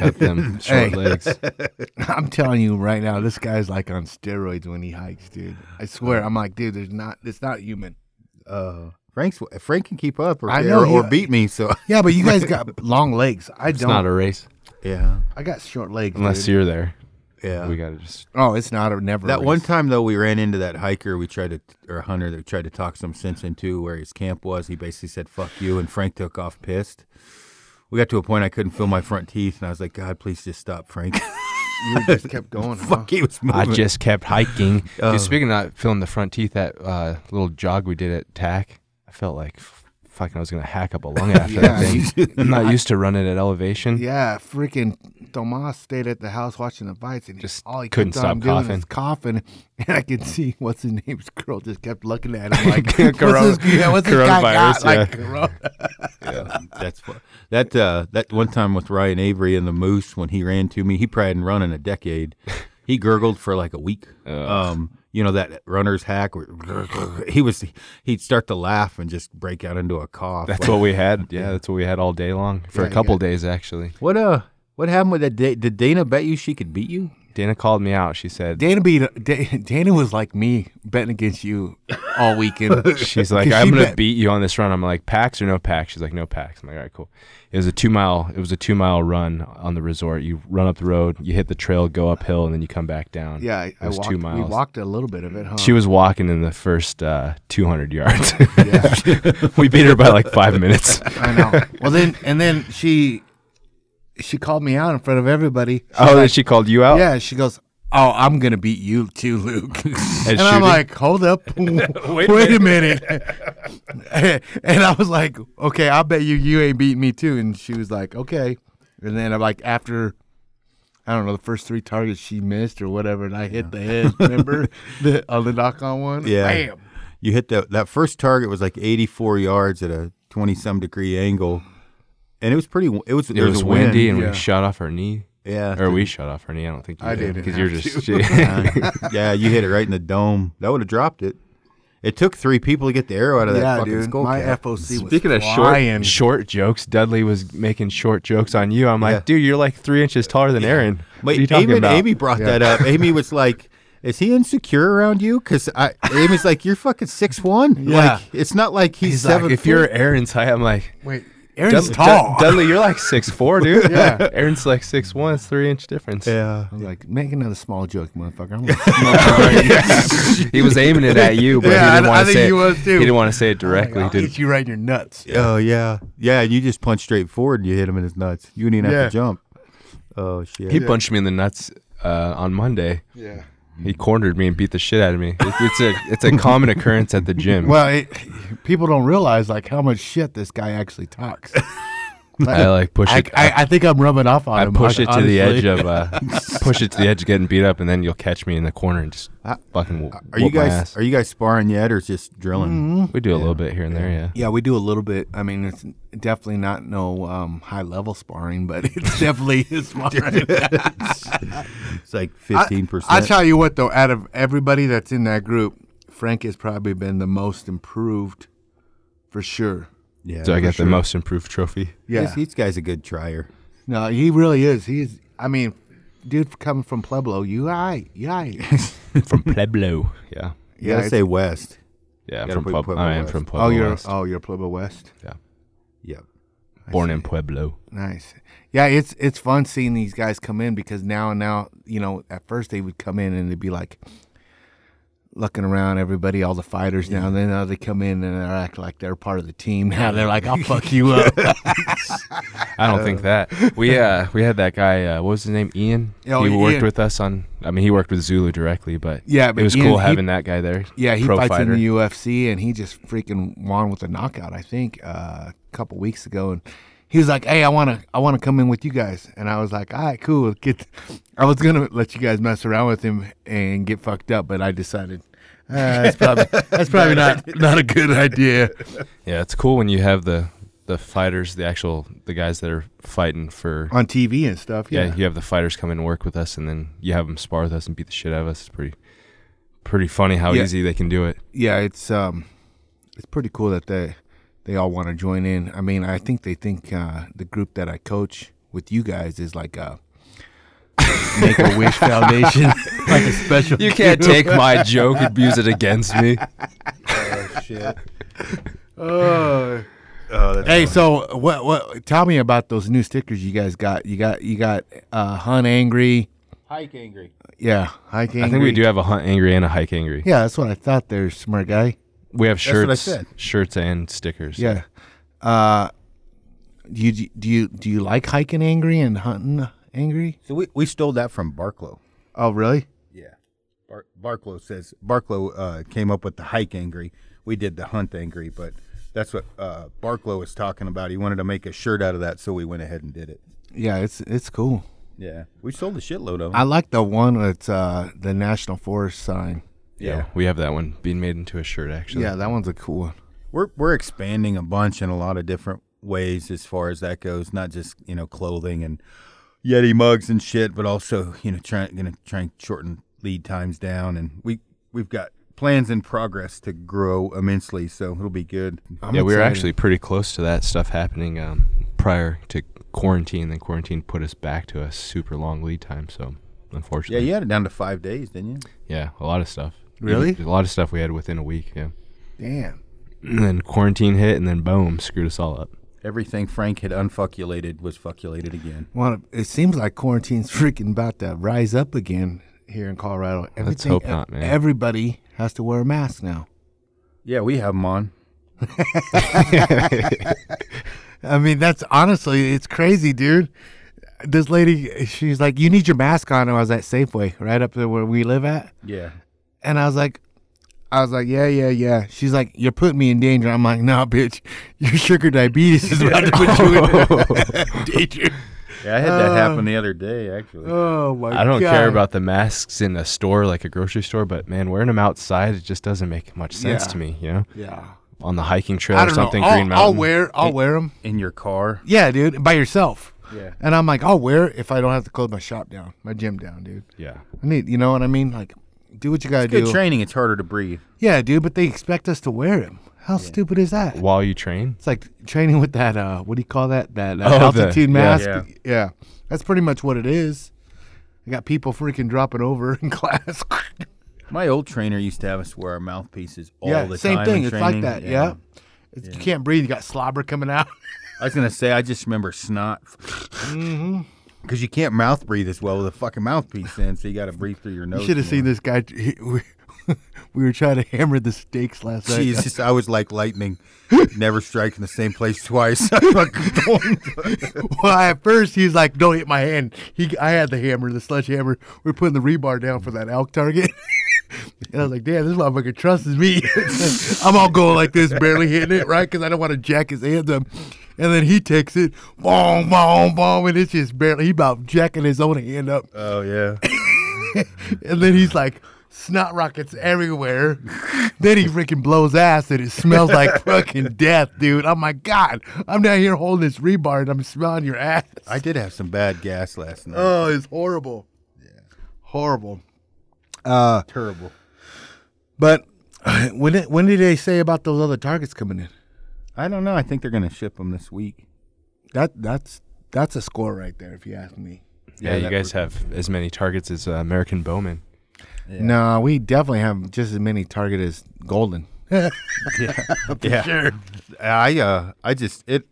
got <laughs> them Hey. short legs. I'm telling you right now, this guy's like on steroids when he hikes, dude. I swear. I'm like, dude, there's not. It's not human. Uh, Frank's Frank can keep up or I know or, he- or beat me, so <laughs> Yeah, but you <laughs> guys got long legs. I It's don't. not a race yeah, I got short legs. unless dude. you're there. yeah. We got to just <laughs> Oh, it's not a never. that one race. time though, we ran into that hiker we tried to or hunter that tried to talk some sense into where his camp was. He basically said "fuck you," and Frank took off pissed. we got to a point I couldn't feel my front teeth, and I was like, God, please just stop, Frank. <laughs> You <laughs> just kept going. huh? Fuck, he was I moving. just kept <laughs> hiking. Oh. Dude, speaking of not feeling the front teeth, that uh, little jog we did at TAC, I felt like f- fucking I was gonna hack up <laughs> a lung after that Yeah, thing. <laughs> I'm not used to running at elevation. Yeah, freaking Tomas stayed at the house watching the fights, and Just just all he couldn't kept on stop doing is coughing. <laughs> And I could see what's his name's girl just kept looking at him like, Corona- what's this, yeah, what's this guy got? <laughs> coronavirus, Like, yeah. corona. Yeah, that's what that uh, that one time with Ryan Avery and the Moose when he ran to me, he probably hadn't run in a decade. He gurgled for like a <laughs> week. Oh. Um, you know that runner's hack. Where he was he'd start to laugh and just break out into a cough. That's Like, what we had. Yeah, that's what we had all day long for Yeah, a you couple days actually. what uh what happened with that? Da- Did Dana bet you she could beat you? Dana called me out. She said, Dana beat Da- Dana was like me betting against you all weekend. <laughs> <laughs> She's <laughs> like, 'Cause I'm she gonna bet- beat you on this run. I'm like, packs or no packs? She's like, no packs. I'm like, all right, cool. It was a two mile. It was a two mile run on the resort. You run up the road, you hit the trail, go uphill, and then you come back down. yeah, I, it I was walked. two We miles. walked a little bit of it, huh? She was walking in the first uh, 200 yards. <laughs> Yeah. we beat her by like five <laughs> minutes. I know. Well, then and then she she called me out in front of everybody. Oh, then she called you out. Yeah, she goes, "Oh, I'm gonna beat you too, Luke." and shooting? I'm like, "Hold up, <laughs> wait, a minute." <laughs> and I was like, "Okay, I bet you you ain't beat me too." And she was like, "Okay." And then I'm like, after. I don't know the first three targets she missed or whatever, and I hit the head. Remember the on the knock on one? Yeah. Bam. You hit that that first target was like 84 yards at a 20 some degree angle, and it was pretty. It was It there was a wind. windy, and yeah. we shot off her knee, Yeah, or we shot off her knee. I don't think you I did didn't because you're have <laughs> just. <laughs> Uh, yeah, you hit it right in the dome. That would have dropped it. It took three people to get the arrow out of that Yeah, fucking dude. skull My cap. FOC was Speaking of flying. short, short jokes, Dudley was making short jokes on you. I'm like, Yeah. dude, you're like three inches taller than Aaron. What are you Wait, talking Amy, about? Amy brought Yeah. that up. Amy <laughs> was like, "Is he insecure around you?" Because Amy's like, "You're fucking six one. Yeah. Like, it's not like he's, He's seven. like, if foot. you're Aaron's height, I'm like, Wait, Aaron's Dud- tall. Dud- Dudley, you're like six four, <laughs> dude. Yeah. Aaron's like six one. It's three inch difference. yeah, I was like, make another small joke, motherfucker. I'm gonna smoke you right He was aiming it at you, but Yeah, he I- didn't I want to think say he it. was, too. Oh He didn't want to say it directly. I'll dude. hit you right in your nuts. oh yeah, yeah. You just punch straight forward and you hit him in his nuts. You didn't even Yeah. have to jump. Oh shit. He punched me in the nuts uh, on Monday. Yeah. He cornered me and beat the shit out of me. It, it's a it's a common occurrence at <laughs> the gym. Well, it, people don't realize like how much shit this guy actually talks. I like push I, it. I, I, I think I'm rubbing off on him. push it to the edge honestly. of uh, push it to the edge of getting beat up, and then you'll catch me in the corner and just Uh, fucking. Whoop, are you guys are you guys sparring yet or just drilling? Mm-hmm. we do a little bit here and there, yeah. Yeah, we do a little bit. I mean, it's definitely not no um, high level sparring, but <laughs> it's definitely is sparring. It's like <laughs> I- fifteen I percent. tell you what, though, out of everybody that's in that group, Frank has probably been the most improved, for sure. Yeah, So I for got sure. the most improved <laughs> trophy. Yeah, This, this guy's a good trier. No, he really is. He's. I mean, dude, coming from Pueblo, you I, you I. <laughs> from Pueblo. Yeah. You gotta it's- say West. Yeah, I'm Gotta from put Pueblo. Pueblo I am West. from Pueblo. oh, you're West. oh, you're Pueblo West. yeah. Yep. Born in Pueblo. Nice. Yeah, it's it's fun seeing these guys come in because now and now, you know, at first they would come in and they'd be like looking around everybody, all the fighters now and then now they come in and they act like they're part of the team. Now they're like, I'll <laughs> fuck you up. I don't think that we <laughs> uh we had that guy. Uh, what was his name? Ian. Oh, he worked Ian. with us on. I mean, he worked with Zulu directly, but Yeah, but it was Ian, cool he- having that guy there. yeah, he Pro fights fighter. <laughs> in the UFC and he just freaking won with a knockout, I think, uh, a couple weeks ago and he was like, "Hey, I wanna, I wanna come in with you guys," and I was like, "All right, cool." Get, I was gonna let you guys mess around with him and get fucked up, but I decided uh, that's probably that's <laughs> probably not not a good idea. yeah, it's cool when you have the the fighters, the actual the guys that are fighting for. on TV and stuff. Yeah, Yeah. you have the fighters come in and work with us, and then you have them spar with us and beat the shit out of us. It's pretty pretty funny how Yeah. easy they can do it. Yeah, it's um, it's pretty cool that they they all want to join in. I mean, I think they think uh, the group that I coach with you guys is like <laughs> a Make a Wish Foundation, <laughs> like a special. You can't take <laughs> my joke and use it against me. Oh. hey, so what? What? Tell me about those new stickers you guys got. You got you got uh, Hun Angry. <laughs> Hike angry. Yeah, Hike Angry. I think we do have a hunt angry and a hike angry. Yeah, that's what I thought. There, smart guy. We have what I shirts, said. shirts and stickers. Yeah. Uh, Do you do you do you like hiking angry and hunting angry? So we, we stole that from Barklow. Oh, really? Yeah. Bar- Barklow says Barklow uh, came up with the hike angry. We did the hunt angry, but that's what uh, Barklow was talking about. He wanted to make a shirt out of that, so we went ahead and did it. Yeah, it's it's cool. Yeah, we sold a shitload of them. I like the one that's uh, the National Forest sign. Yeah, we have that one being made into a shirt actually. Yeah, that one's a cool one. We're we're expanding a bunch in a lot of different ways as far as that goes. Not just you know clothing and Yeti mugs and shit, but also you know trying gonna try and shorten lead times down. And we we've got plans in progress to grow immensely, so it'll be good. I'm yeah, we were excited. actually pretty close to that stuff happening um, prior to quarantine. Then quarantine put us back to a super long lead time. So Yeah, unfortunately, you had it down to five days, didn't you? yeah, a lot of stuff. Really? a lot of stuff we had within a week. Yeah, damn. and then quarantine hit, and then boom, screwed us all up. Everything Frank had unfuckulated was fuckulated again. Well, it seems like quarantine's <laughs> freaking about to rise up again here in Colorado. Everything, hope not, man. Everybody has to wear a mask now. Yeah, we have them on. I mean, that's honestly, it's crazy, dude. This lady, she's like, "You need your mask on." And I was at Safeway, right up there where we live at, Yeah. and I was like, "I was like, yeah, yeah, yeah." She's like, "You're putting me in danger." I'm like, "No, bitch, <laughs> your sugar diabetes <laughs> is about to put <laughs> you in danger." Yeah, I had that happen the other day, actually. Oh my! I don't God. care about the masks in a store like a grocery store, but man, wearing them outside it just doesn't make much sense Yeah. to me. You know, Yeah, on the hiking trail I or don't something, know. I'll, Green Mountain. I'll wear, I'll wear them. In your car. Yeah, dude, by yourself. Yeah. And I'm like, I'll wear it if I don't have to close my shop down, my gym down, dude. Yeah, I need, you know what I mean? Like, do what you gotta Good do. training, it's harder to breathe. Yeah, dude, but they expect us to wear them. How stupid is that? while you train. It's like training with that. Uh, what do you call that? That uh, Oh, the- altitude yeah. mask. Yeah. Yeah. that's pretty much what it is. I got people freaking dropping over <laughs> in class. My old trainer used to have us wear our mouthpieces all yeah, the same time. thing. in It's training. like that. Yeah. It's, You can't breathe. You got slobber coming out. <laughs> I was gonna say, I just remember snot. Mm-hmm. Because you can't mouth breathe as well with a fucking mouthpiece in, so you got to breathe through your nose. You should have more. seen this guy. <laughs> He, we, we were trying to hammer the steaks last night. Jesus, I was like <laughs> lightning, never striking the same place twice. <laughs> I fucking don't. <laughs> Well, at first he was like, "Don't hit my hand." He, I had the hammer, the sledgehammer. We are putting the rebar down for that elk target, <laughs> and I was like, "Damn, this motherfucker trusts me." <laughs> I'm all going like this, barely hitting it, right? Because I don't want to jack his hands up. And then he takes it, boom, boom, boom, and it's just barely. He about jacking his own hand up, oh yeah. and then he's like. Snot rockets everywhere. then he freaking blows ass and it smells like fucking death, dude. Oh my God. I'm down here holding this rebar and I'm smelling your ass. I did have some bad gas last night. Oh, it's horrible. Horrible. Uh, Terrible. but <sighs> when it, when did they say about those other targets coming in? I don't know. I think they're gonna ship them this week. That that's that's a score right there, if you ask me. Yeah, you that guys have as many targets as uh, American Bowman. No, we definitely have just as many target as Golden. yeah. I uh I just it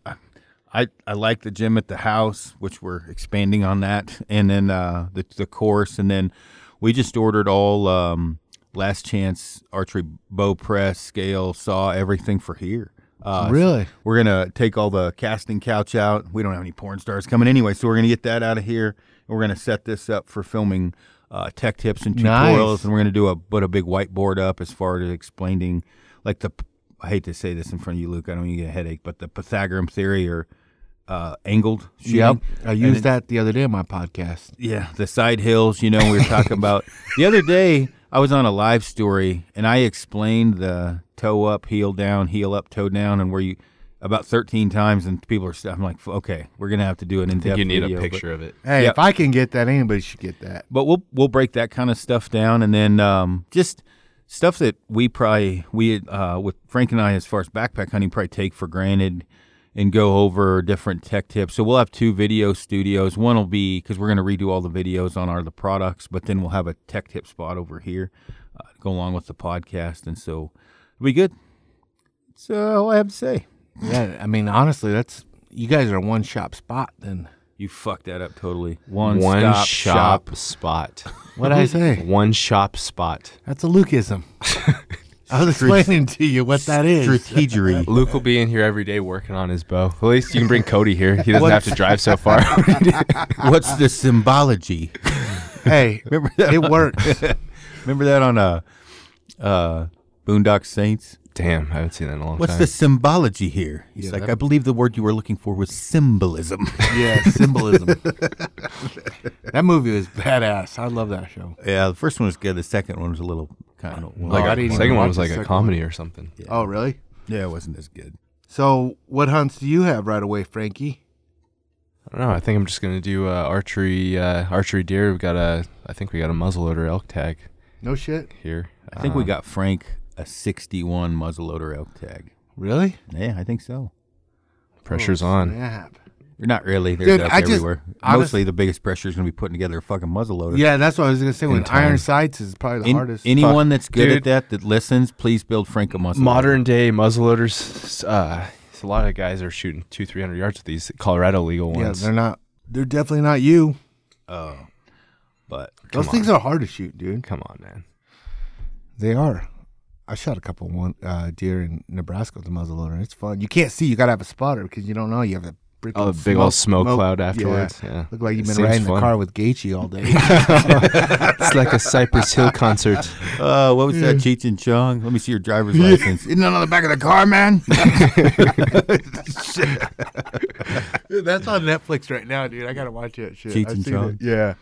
I I like the gym at the house, which we're expanding on that, and then uh the the course, and then we just ordered all um last chance archery bow press scale saw everything for here. Uh, Really? we're gonna take all the casting couch out. We don't have any porn stars coming anyway, so we're gonna get that out of here. And we're gonna set this up for filming uh, tech tips and Nice. tutorials, and we're gonna do a put a big whiteboard up as far as explaining, like the I hate to say this in front of you, Luke. I don't want you to get a headache, but the Pythagorean theory or uh, angled Mm-hmm. shooting. I And used it- that the other day on my podcast. yeah, the side hills, you know, we were <laughs> talking about. The other day, I was on a live story and I explained the toe up, heel down, heel up, toe down, and where you about 13 times. And people are, st- I'm like, okay, we're going to have to do an in depth You need a picture of it. Hey, Yeah. if I can get that, anybody should get that. But, we'll, we'll break that kind of stuff down. And then um, just stuff that we probably, we, uh, with Frank and I, as far as backpack hunting, probably take for granted and go over different tech tips. So we'll have two video studios. One will be because we're going to redo all the videos on our the products, but then we'll have a tech tip spot over here, uh, to go along with the podcast, and so it'll be good. That's uh, all I have to say. Yeah, I mean, honestly, that's you guys are one shop spot. Then You fucked that up totally. One, One stop shop spot. <laughs> what I say? One shop spot. <laughs> That's a Lukeism. I was explaining to you what that is. Strategery. <laughs> Luke will be in here every day working on his bow. At least you can bring Cody here. He doesn't have to drive so far. <laughs> What's the symbology? Hey, Remember that? it on- works. Remember that on uh, uh, Boondock Saints? Damn, I haven't seen that in a long What's time. the symbology here? He's Yeah, like, that- I believe the word you were looking for was <laughs> symbolism. yeah, symbolism. that movie was <laughs> badass. I love that show. yeah, the first one was good. The second one was a little kind of Like, Oh, I didn't I didn't even second one watch was the like a second comedy or something. Oh, really? yeah, it wasn't as good. So, what hunts do you have right away, Frankie? I don't know. I think I'm just gonna do uh, archery. Uh, archery deer. We got a. I think we got a muzzleloader elk tag No shit. here. I think we Uh, got Frank a 61 muzzleloader elk tag. Really? Yeah, I think so. pressure's on. Snap. Not really. There's Dude, elk I just- everywhere. I was- Mostly the biggest pressure is going to be putting together a fucking muzzleloader. Yeah, that's what I was gonna say. When time. iron sights is probably the An- hardest. anyone that's good Dude. at that that listens, please build Frank a muzzleloader. Modern day muzzleloaders. Uh, it's a lot of guys are shooting two, three hundred yards with these Colorado legal yeah, ones. they're not. They're definitely not you. Oh, but Those Come things are hard to shoot, dude. Come on, man. They are. I shot a couple one uh, deer in Nebraska with a muzzleloader. It's fun. You can't see. You gotta have a spotter because you don't know. You have a freaking Oh, the big old smoke cloud afterwards. Yeah. Look like you've been It seems riding the fun. car with Gaethje all <laughs> day. <laughs> it's like a Cypress Hill concert. Uh, what was that, Cheech and Chong? Let me see your driver's license. Isn't that on the back of the car, <laughs> man? That's on Netflix right now, dude. I gotta watch it. Shit, Cheech I've and seen Chong? Uh. it. Yeah,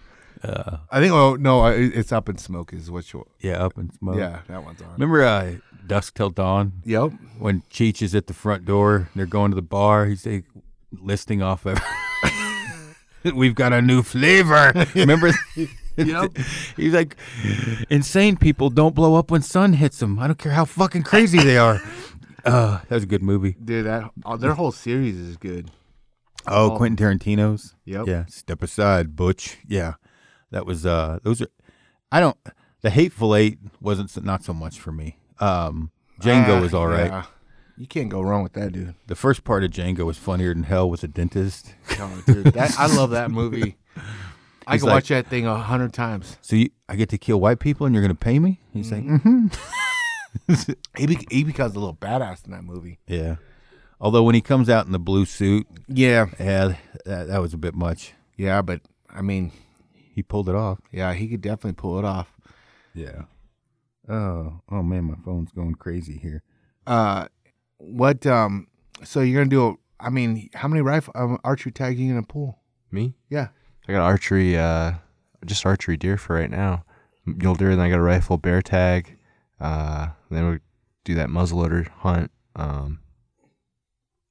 I think. Oh no, I- it's up in smoke. Is what you. yeah, up in smoke. Yeah, that one's on. Remember uh, Dusk Till Dawn Yep. when Cheech is at the front door? They're going to the bar. He's like, listing off of. <laughs> We've got a new flavor. Remember? <laughs> Yep. He's like, insane people don't blow up when sun hits them. I don't care how fucking crazy they are. Uh, that was a good movie. Dude, that oh, their whole series is good. Oh, Quentin Tarantino's. Yep. Yeah. Step aside, Butch. Yeah. That was uh those are I don't the Hateful Eight wasn't so, not so much for me. Um Django Ah, was all right. yeah. You can't go wrong with that, dude. The first part of Django was funnier than hell with the dentist. No, dude, that, I love that <laughs> movie. I He's could like- watch that thing a hundred times. So you, I get to kill white people and you're gonna pay me? He's like, mm He, be, he becomes a little badass in that movie. <laughs> yeah. Although when he comes out in the blue suit, Yeah, yeah, that, that was a bit much. yeah, but I mean, He pulled it off. yeah, he could definitely pull it off. Yeah. Oh, oh man, my phone's going crazy here. Uh, what? Um, so you're gonna do? A, I mean, how many rifle um, archery tags you gonna pull? <laughs> Me? Yeah, I got archery, uh, just archery deer for right now. Mule deer, then I got a rifle, bear tag. Uh, then we do that muzzleloader hunt. Um,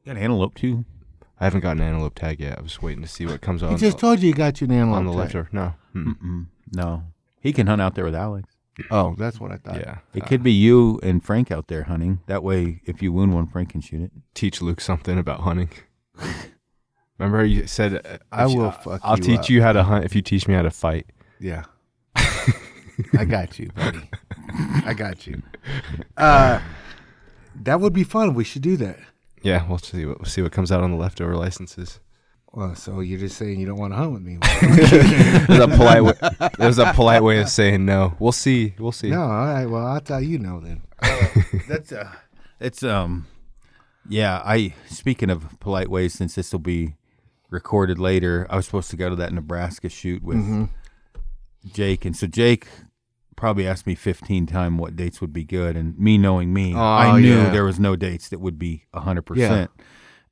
You got an antelope too? I haven't gotten an antelope tag yet. I was waiting to see what comes he on, just told you you got you an antelope on the tag. left. Or, no. Hmm. Mm-mm. Mm-mm. No, he can hunt out there with Alex. Oh, that's what I thought. Yeah. It could be you and Frank out there hunting. That way, if you wound one, Frank can shoot it. Teach Luke something about <laughs> hunting. Remember, you said, uh, I if you- will fuck I'll you teach up. you how to hunt if you teach me how to fight. <laughs> Yeah. I got you, buddy. I got you. Uh, that would be fun. We should do that. Yeah, we'll see what, we'll see what comes out on the leftover <laughs> licenses. Well, so you're just saying you don't want to hunt with me? <laughs> There's a polite way, there's a polite way of saying no. We'll see. We'll see. no. All right. Well, I'll tell you no then. That's uh, it's um, yeah. I speaking of polite ways, since this will be recorded later, I was supposed to go to that Nebraska shoot with Mm-hmm. Jake, and so Jake probably asked me 15 time what dates would be good, and me knowing me, Oh, I knew yeah. there was no dates that would be 100. Yeah. percent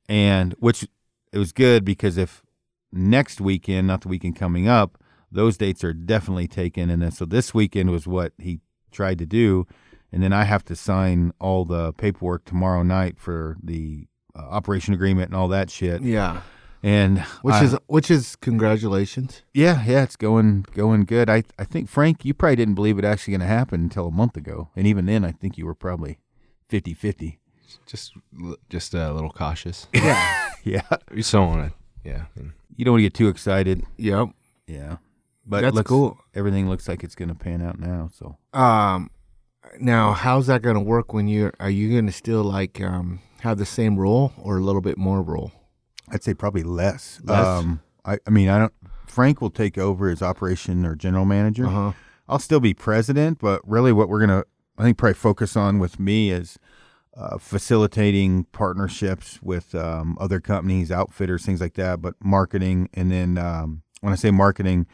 and which it was good because if next weekend, not the weekend coming up, those dates are definitely taken. And then so this weekend was what he tried to do. And then I have to sign all the paperwork tomorrow night for the uh, operation agreement and all that shit. Yeah. And Which I- is which is congratulations. yeah, yeah, it's going going good. I I think Frank, you probably didn't believe it actually going to happen until a month ago. And even then, I think you were probably 50-50. Just just a little cautious. Yeah. Yeah. <laughs> You still want to, yeah. You don't want to get too excited. yep. Yeah. But That's looks- cool. Everything looks like it's going to pan out now. So Um, now how's that going to work when you're? Are you going to still like um have the same role or a little bit more role? I'd say probably less. Less? Um, I, I mean, I don't. Frank will take over as operation or general manager. Uh huh. I'll still be president, but really, what we're gonna I think probably focus on with me is uh, facilitating partnerships with um, other companies, outfitters, things like that. But marketing, and then um, when I say marketing,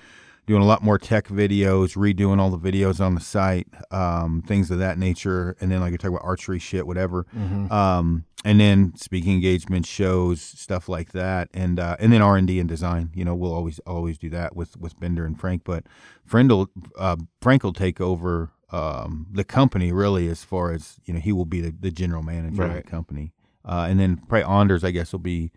doing a lot more tech videos, redoing all the videos on the site, um, things of that nature. And then like I talk about archery shit, whatever. Um, and then speaking engagement shows, stuff like that. And, uh, and then R and D and design, you know, we'll always, always do that with, with Bender and Frank, but Friend will, uh, Frank will take over, um, the company really, as far as, you know, he will be the, the general manager of Right. the company. Uh, and then probably Anders, I guess, will be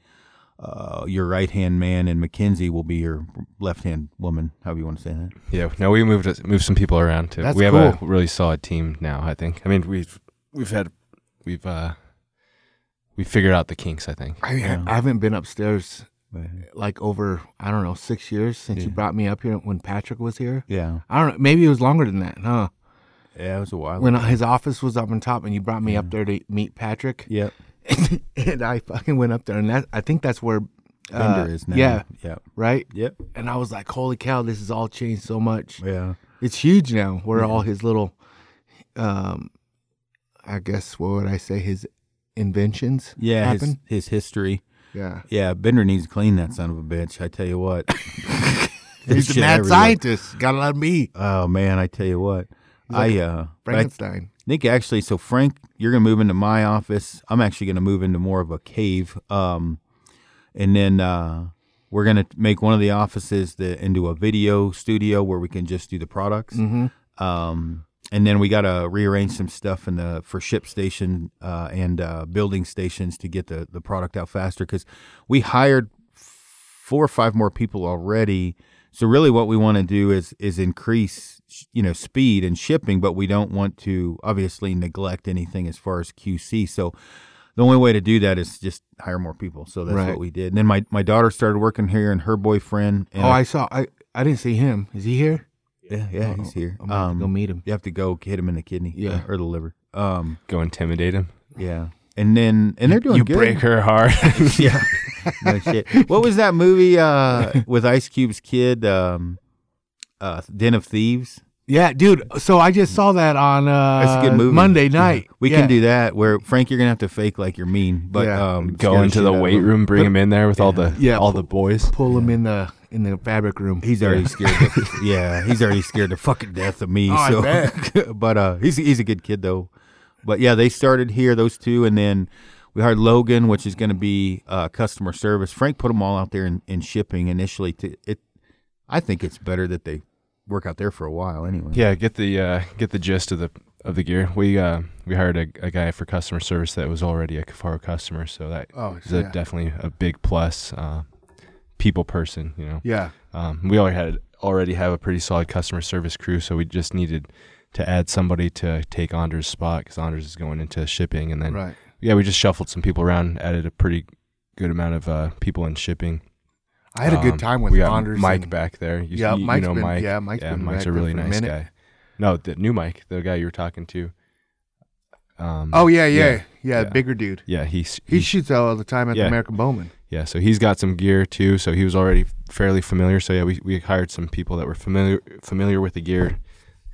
uh, your right hand man, and Mackenzie will be your left hand woman. However you want to say that. Yeah, no, we moved moved some people around too. That's we have cool. a really solid team now. I think. I mean, we've we've had we've uh we figured out the kinks. I think. I, Yeah. I haven't been upstairs Right. like over I don't know six years since you Yeah. brought me up here when Patrick was here. Yeah, I don't know. Maybe it was longer than that, huh? yeah, it was a while. When his office was up on top, and you brought me up there to meet Patrick, <laughs> yep, and I fucking went up there, and that I think that's where uh, Bender is now. Yeah, yep, right. yep, And I was like, holy cow, this has all changed so much. yeah, It's huge now. Where all his little, um, I guess what would I say, his inventions yeah. His, happen. his history. yeah, Yeah, Bender needs to clean that son of a bitch. I tell you <laughs> what, There's he's a shit mad everywhere. scientist. Gotta let him be Oh man, I tell you what. like I uh, but I Frankenstein. Nick, actually, so Frank, you're gonna move into my office. I'm actually gonna move into more of a cave, um, and then uh, we're gonna make one of the offices the, into a video studio where we can just do the products. Mm-hmm. Oh, Um, and then we gotta rearrange some stuff in the for ship station uh, and uh, building stations to get the the product out faster because we hired four or five more people already. So really, what we want to do is is increase sh- you know speed and shipping, but we don't want to obviously neglect anything as far as QC. So the only way to do that is just hire more people. So that's Right. what we did. And then my my daughter started working here, and her boyfriend. And Oh, I saw. I I didn't see him. Is he here? yeah, yeah, he's here. Oh, I'm about to go Um, meet him. you have to go hit him in the kidney, Yeah. uh, or the liver. Um, Go intimidate him. yeah, and then and they're doing you good. break her <laughs> heart. <laughs> yeah. No shit. What was that movie uh, with Ice Cube's kid, um, uh, Den of Thieves? Yeah, dude. So I just saw that on uh, That's a good movie. Monday Yeah. night. We Yeah. can do that. Where Frank, you're gonna have to fake like you're mean, but Yeah. um, Go scare into shit the out of weight him. room. Bring him in there with all the Yeah, all the boys. pull him in the in the fabric room. He's already scared. <laughs> To, yeah, he's already scared to fucking death of me. I so, <laughs> but uh, he's he's a good kid though. But yeah, they started here those two, and then we hired Logan, which is going to be uh, customer service. Frank put them all out there in, in shipping initially. To it, I think it's better that they work out there for a while anyway. Yeah, get the uh, get the gist of the of the gear. We uh, we hired a, a guy for customer service that was already a Kafaro customer, so that Oh, is a- yeah. definitely a big plus. Uh, people person, you know. Yeah. Um, we already had already have a pretty solid customer service crew, so we just needed to add somebody to take Anders' spot because Anders is going into shipping, and then Right. yeah, we just shuffled some people around, added a pretty good amount of uh, people in shipping. I had a good Um, time with we got Anders. Mike and- back there. You, Yeah, you- you, Mike's know been- Mike. yeah, Mike's been Mike's back a there really for a nice minute. guy. No, the new Mike, the guy you were talking to. Um, Oh yeah, yeah, yeah. Yeah, yeah. Bigger dude. yeah, he's He he's shoots all the time at the Yeah. American Bowman. yeah. So he's got some gear too. So he was already fairly familiar. So yeah, we, we hired some people that were familiar familiar with the gear,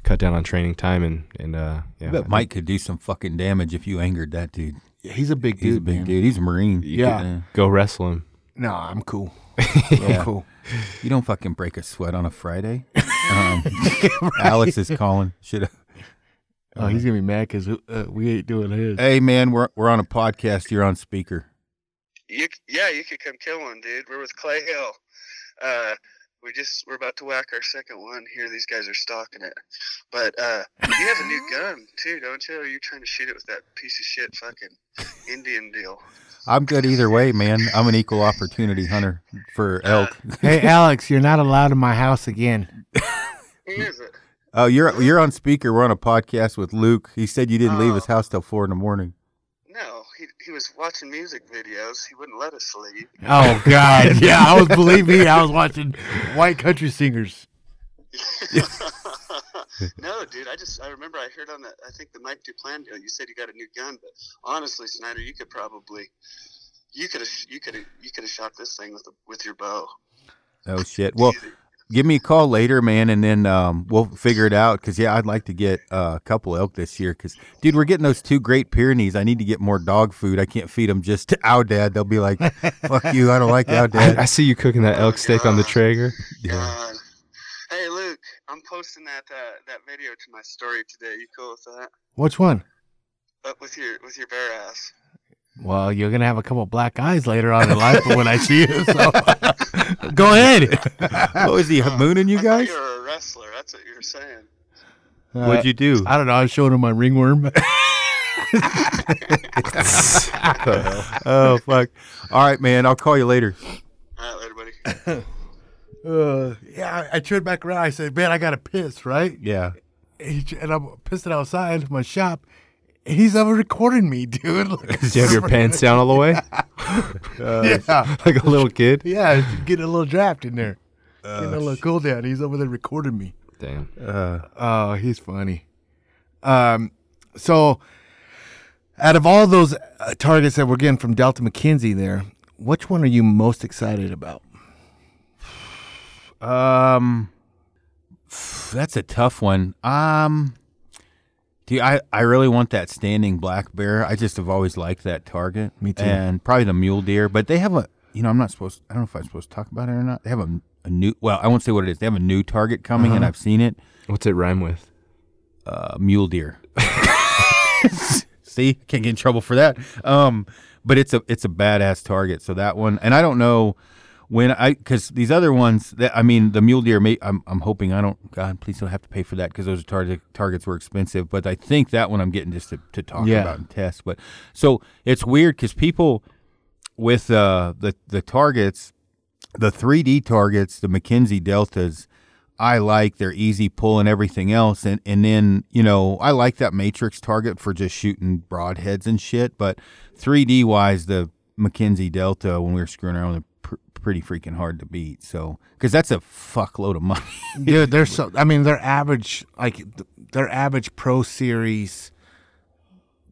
cut down on training time, and and uh, yeah, I bet Mike could do some fucking damage if you angered that dude. He's a big dude. He's a big man. dude. He's a marine. Yeah. go wrestle him. No, I'm <laughs> cool. Yeah. I'm <laughs> cool. You don't fucking break a sweat on <laughs> a Friday. Um, Alex is calling. Should Oh, he's gonna be mad because uh, we ain't doing his. hey man, we're we're on a podcast. You're on speaker. You c- yeah, you could come kill one, dude. We're with Clay Hill. Uh, we just we're about to whack our second one here. These guys are stalking it. But uh, you have a new gun too, don't you? Or are you trying to shoot it with that piece of shit fucking Indian deal? I'm good either way, man. I'm an equal opportunity hunter for elk. <laughs> hey, Alex, you're not allowed in my house again. Who is it? Oh, you're you're on speaker. We're on a podcast with Luke. He said you didn't leave his house till four in the morning. No, he he was watching music videos. He wouldn't let us leave. Oh God, <laughs> yeah. I was believe me, I <laughs> was watching white country singers. <laughs> no, dude, I just I remember I heard on the I think the Mike Duplan deal. You said you got a new gun, but honestly, Snyder, you could probably you could have you could have you could have shot this thing with a, with your bow. Oh shit. Well, give me a call later, man, and then um, we'll figure it out. Because yeah, I'd like to get uh, a couple elk this year. Because dude, we're getting those two Great Pyrenees. I need to get more dog food. I can't feed them just to <laughs> Ow Dad. They'll be like, "Fuck you, I don't like Ow I, <laughs> I Dad." see you cooking that elk steak on the <laughs> Traeger. Yeah. God. Hey Luke, I'm posting that uh, that video to my story today. You cool with that? Which one? Up with your with your bare ass. Well, you're gonna have a couple black eyes later on in life when I see you. <laughs> So go ahead. oh, is he mooning you I thought guys? you were a wrestler. That's what you were saying. What'd you do? Uh, I don't know. I was showing him my ringworm. <laughs> oh fuck! All right, man. I'll call you later. All right, later, buddy. <laughs> Uh, yeah, I, I turned back around. I said, "Man, I gotta piss, right?" Yeah. He- and I'm pissing outside my shop. And he's ever recording me, <laughs> dude. Like, Did you have your pants down all the <laughs> way, yeah, like a little kid? yeah. it's Getting a little draft in there, getting a little cool down. He's over there recording me. Damn. Uh, Oh, he's funny. Um, so out of all those uh, targets that we're getting from Delta McKinsey, there, which one are you most excited about? Um, that's a tough one. Um, do I? I really want that standing black bear. I just have always liked that target. Me too. And probably the mule deer, but they have a. You know, I'm not supposed. I don't know if I'm supposed to talk about it or not. They have a, a new. Well, I won't say what it is. They have a new target coming, Uh-huh. and I've seen it. What's it rhyme with? Uh, mule deer. <laughs> See, can't get in trouble for that. Um, but it's a it's a badass target. So that one, and I don't know when I because these other ones that I mean the mule deer. May, I'm I'm hoping I don't. God, please don't have to pay for that because those target targets were expensive. But I think that one I'm getting just to, to talk Yeah. about and test. But so it's weird because people with uh, the the targets, the 3D targets, the McKinsey deltas. I like they're easy pull and everything else, and and then you know I like that matrix target for just shooting broadheads and shit. But 3D wise, the McKinsey Delta when we were screwing around, they're pr- pretty freaking hard to beat. So because that's a fuckload of money. <laughs> Dude, they're so. I mean, their average, like th- their average Pro Series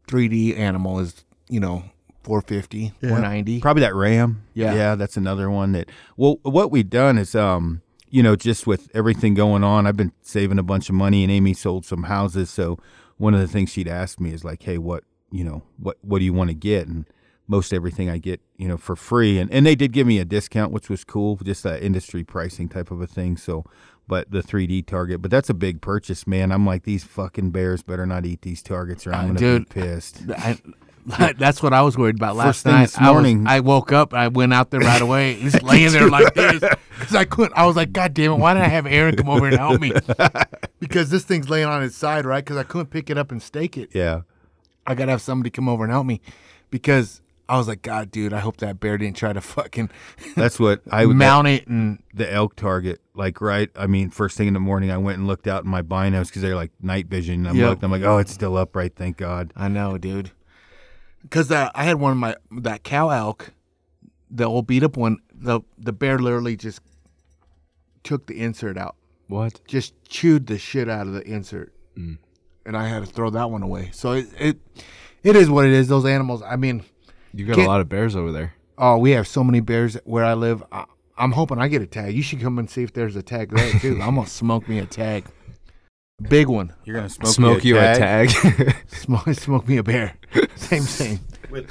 3D animal is, you know, 450, 490. Probably that Ram. Yeah. yeah, that's another one that. Well, what we've done is, um, you know, just with everything going on, I've been saving a bunch of money, and Amy sold some houses. So one of the things she'd asked me is like, "Hey, what you know, what what do you want to get?" And most everything I get, you know, for free, and and they did give me a discount, which was cool, just that industry pricing type of a thing. So. But the 3D target, but that's a big purchase, man. I'm like these fucking bears better not eat these targets, or I'm gonna Uh, dude. be pissed. I, that's what I was worried about last First thing night. this I was- morning. I, woke up. I went out there right away, <laughs> just laying there like this because I couldn't. I was like, "God damn it! Why didn't I have Aaron come over and help <laughs> me?" Because this thing's laying on its side, right? Because I couldn't pick it up and stake it. Yeah, I gotta have somebody come over and help me because I was like, "God, dude, I hope that bear didn't try to fucking that's what I would. mount it and the elk target, like right. I mean, first thing in the morning, I went and looked out in my binos because they're like night vision. And I'm Yep. looked, I'm like, oh, it's still upright, thank God. I know, dude. Because uh, I had one of my that cow elk, the old beat up one. The the bear literally just took the insert out, What? just chewed the shit out of the insert, and I had to throw that one away. So it it, it is what it is. Those animals. I mean, You got Can't- a lot of bears over there. oh, we have so many bears where I live. I, I'm hoping I get a tag. You should come and see if there's a tag there too. I'm gonna smoke me a tag, big one. You're gonna smoke, Smoke you a tag. <laughs> Smoke, smoke me a bear. <laughs> Same, same. <laughs>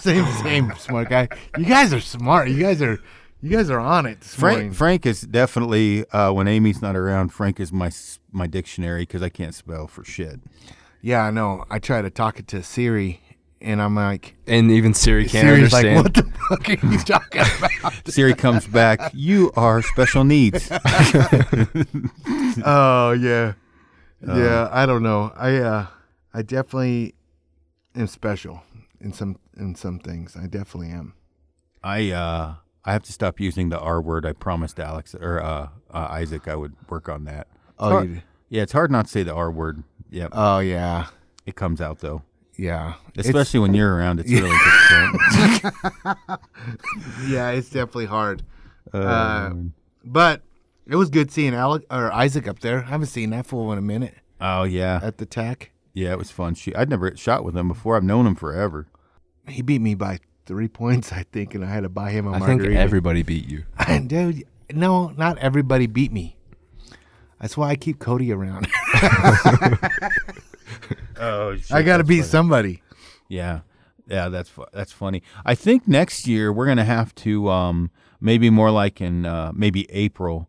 same, same. Smart guy. You guys are smart. You guys are, you guys are on it. This morning. Frank Frank is definitely uh, when Amy's not around. Frank is my s- my dictionary because I can't spell for shit. Yeah, I know. I try to talk it to Siri, and I'm like, and even Siri can't Siri's understand. like, what the fuck are you <laughs> talking about? Siri comes back. You are special needs. oh yeah, yeah. I don't know. I uh, I definitely am special in some in some things. I definitely am. I uh I have to stop using the R word. I promised Alex or uh, uh Isaac I would work on that. Oh, Hard- you- yeah, it's hard not to say the R word. Yeah, Oh yeah, it comes out though. yeah. It's- Especially when you're around, it's <laughs> really difficult. yeah, it's definitely hard. Uh, but it was good seeing Alec or Isaac up there. I haven't seen that fool in a minute Oh yeah, at the tack. yeah, it was fun. She, I'd never shot with him before. I've known him forever. He <laughs> beat me by three points, I think, and I had to buy him a I <laughs> think margarita. everybody beat you. Dude, no, not everybody beat me. That's why I keep Cody around. <laughs> Oh, shit, I got to that's beat funny. somebody. Yeah, yeah, that's fu- that's funny. I think next year we're gonna have to um, maybe more like in uh, maybe April,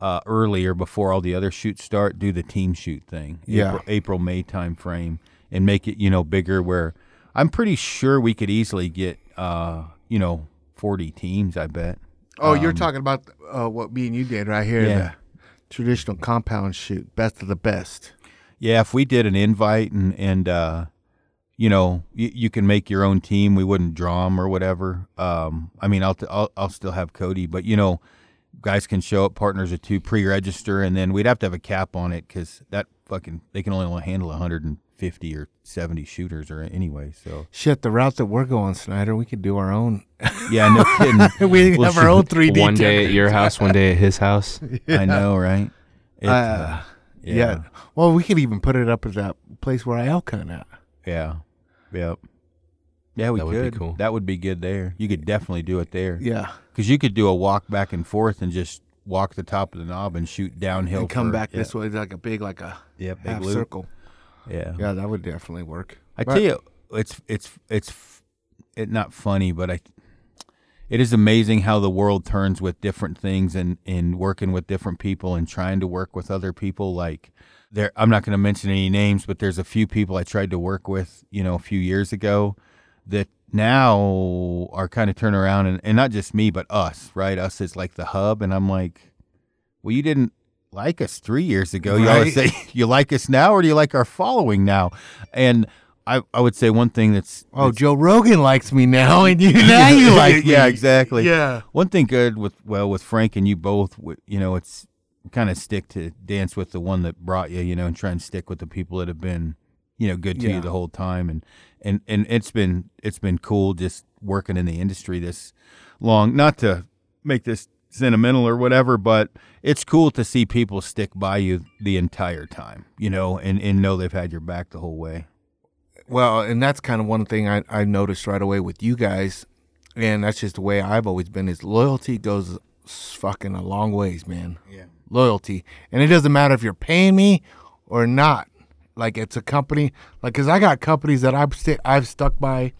uh, earlier before all the other shoots start, do the team shoot thing. Yeah. April, April May time frame and make it you know bigger. Where I'm pretty sure we could easily get uh, you know 40 teams. I bet. Oh, you're talking about uh, what me and you did right here. Yeah. The traditional compound shoot, best of the best. Yeah, if we did an invite and and uh, you know you, you can make your own team, we wouldn't draw them or whatever. Um, I mean, I'll, t- I'll I'll still have Cody, but you know, guys can show up, partners or two, pre-register, and then we'd have to have a cap on it because that fucking they can only handle 150 or 70 shooters or anyway. So Shit, the route that we're going, Snyder, we could do our own. <laughs> yeah, no kidding. we can We'll have our own 3D. One day at your house, one day at <laughs> his house. <laughs> I know, right? It, Uh, yeah. Well, we could even put it up at that place where I outcon at. yeah, yep. Yeah, we That would could. be cool. That would be good there. You could definitely do it there. Yeah. Because you could do a walk back and forth and just walk the top of the knob and shoot downhill. And come for- back yeah, this way, like a big, like a Yeah, big half loop. circle. Yeah. Yeah, that would definitely work. I But- tell you, it's it's it's f- it not funny, but I. It is amazing how the world turns with different things and and working with different people and trying to work with other people. Like there, I'm not going to mention any names, but there's a few people I tried to work with, you know, a few years ago, that now are kind of turning around and, and not just me, but us, right? Us is like the hub, and I'm like, well, you didn't like us three years ago. You always say <laughs> you like us now, or do you like our following now? And I, I would say one thing that's Oh, Joe Rogan likes me now, <laughs> and you <laughs> now you like me. yeah exactly Yeah. one thing good with well with Frank and you both, w- you know, it's kind of stick to dance with the one that brought you, you know, and try and stick with the people that have been, you know, good to Yeah. you the whole time, and and and it's been it's been cool just working in the industry this long. Not to make this sentimental or whatever, but it's cool to see people stick by you the entire time, you know, and and know they've had your back the whole way. Well, and that's kind of one thing I, I noticed right away with you guys, and that's just the way I've always been. Is loyalty goes s- fucking a long ways, man. Yeah. Loyalty, and it doesn't matter if you're paying me or not. Like it's a company, like because I got companies that I've st- I've stuck by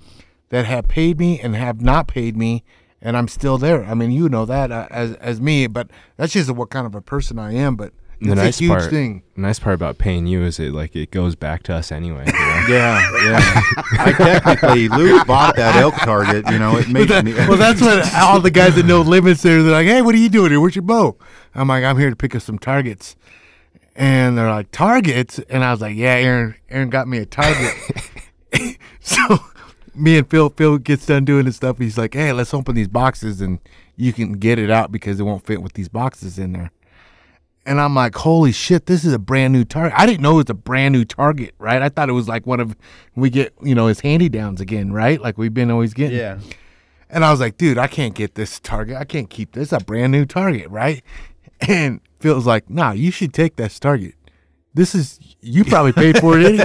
that have paid me and have not paid me, and I'm still there. I mean, you know that uh, as as me, but that's just what kind of a person I am. But it's the a nice huge part, thing. The nice part about paying you is it like it goes back to us anyway. <laughs> you know? <laughs> Yeah, yeah. <laughs> I technically, Luke bought that elk target. You know, it made That- well, <laughs> that's what all the guys at No Limits there. They're like, "Hey, what are you doing here? Where's your bow?" I'm like, "I'm here to pick up some targets," and they're like, "Targets?" And I was like, "Yeah, Aaron. Aaron got me a target." <laughs> so me and Phil, Phil gets done doing his stuff. He's like, "Hey, let's open these boxes and you can get it out because it won't fit with these boxes in there." And I'm like, holy shit, this is a brand new target. I didn't know it was a brand new target, right? I thought it was like one of we get, you know, his handy downs again, right? Like we've been always getting. yeah. And I was like, dude, I can't get this target. I can't keep this. A brand new target, right? <laughs> And Phil's like, nah, you should take this target. This is you probably paid for it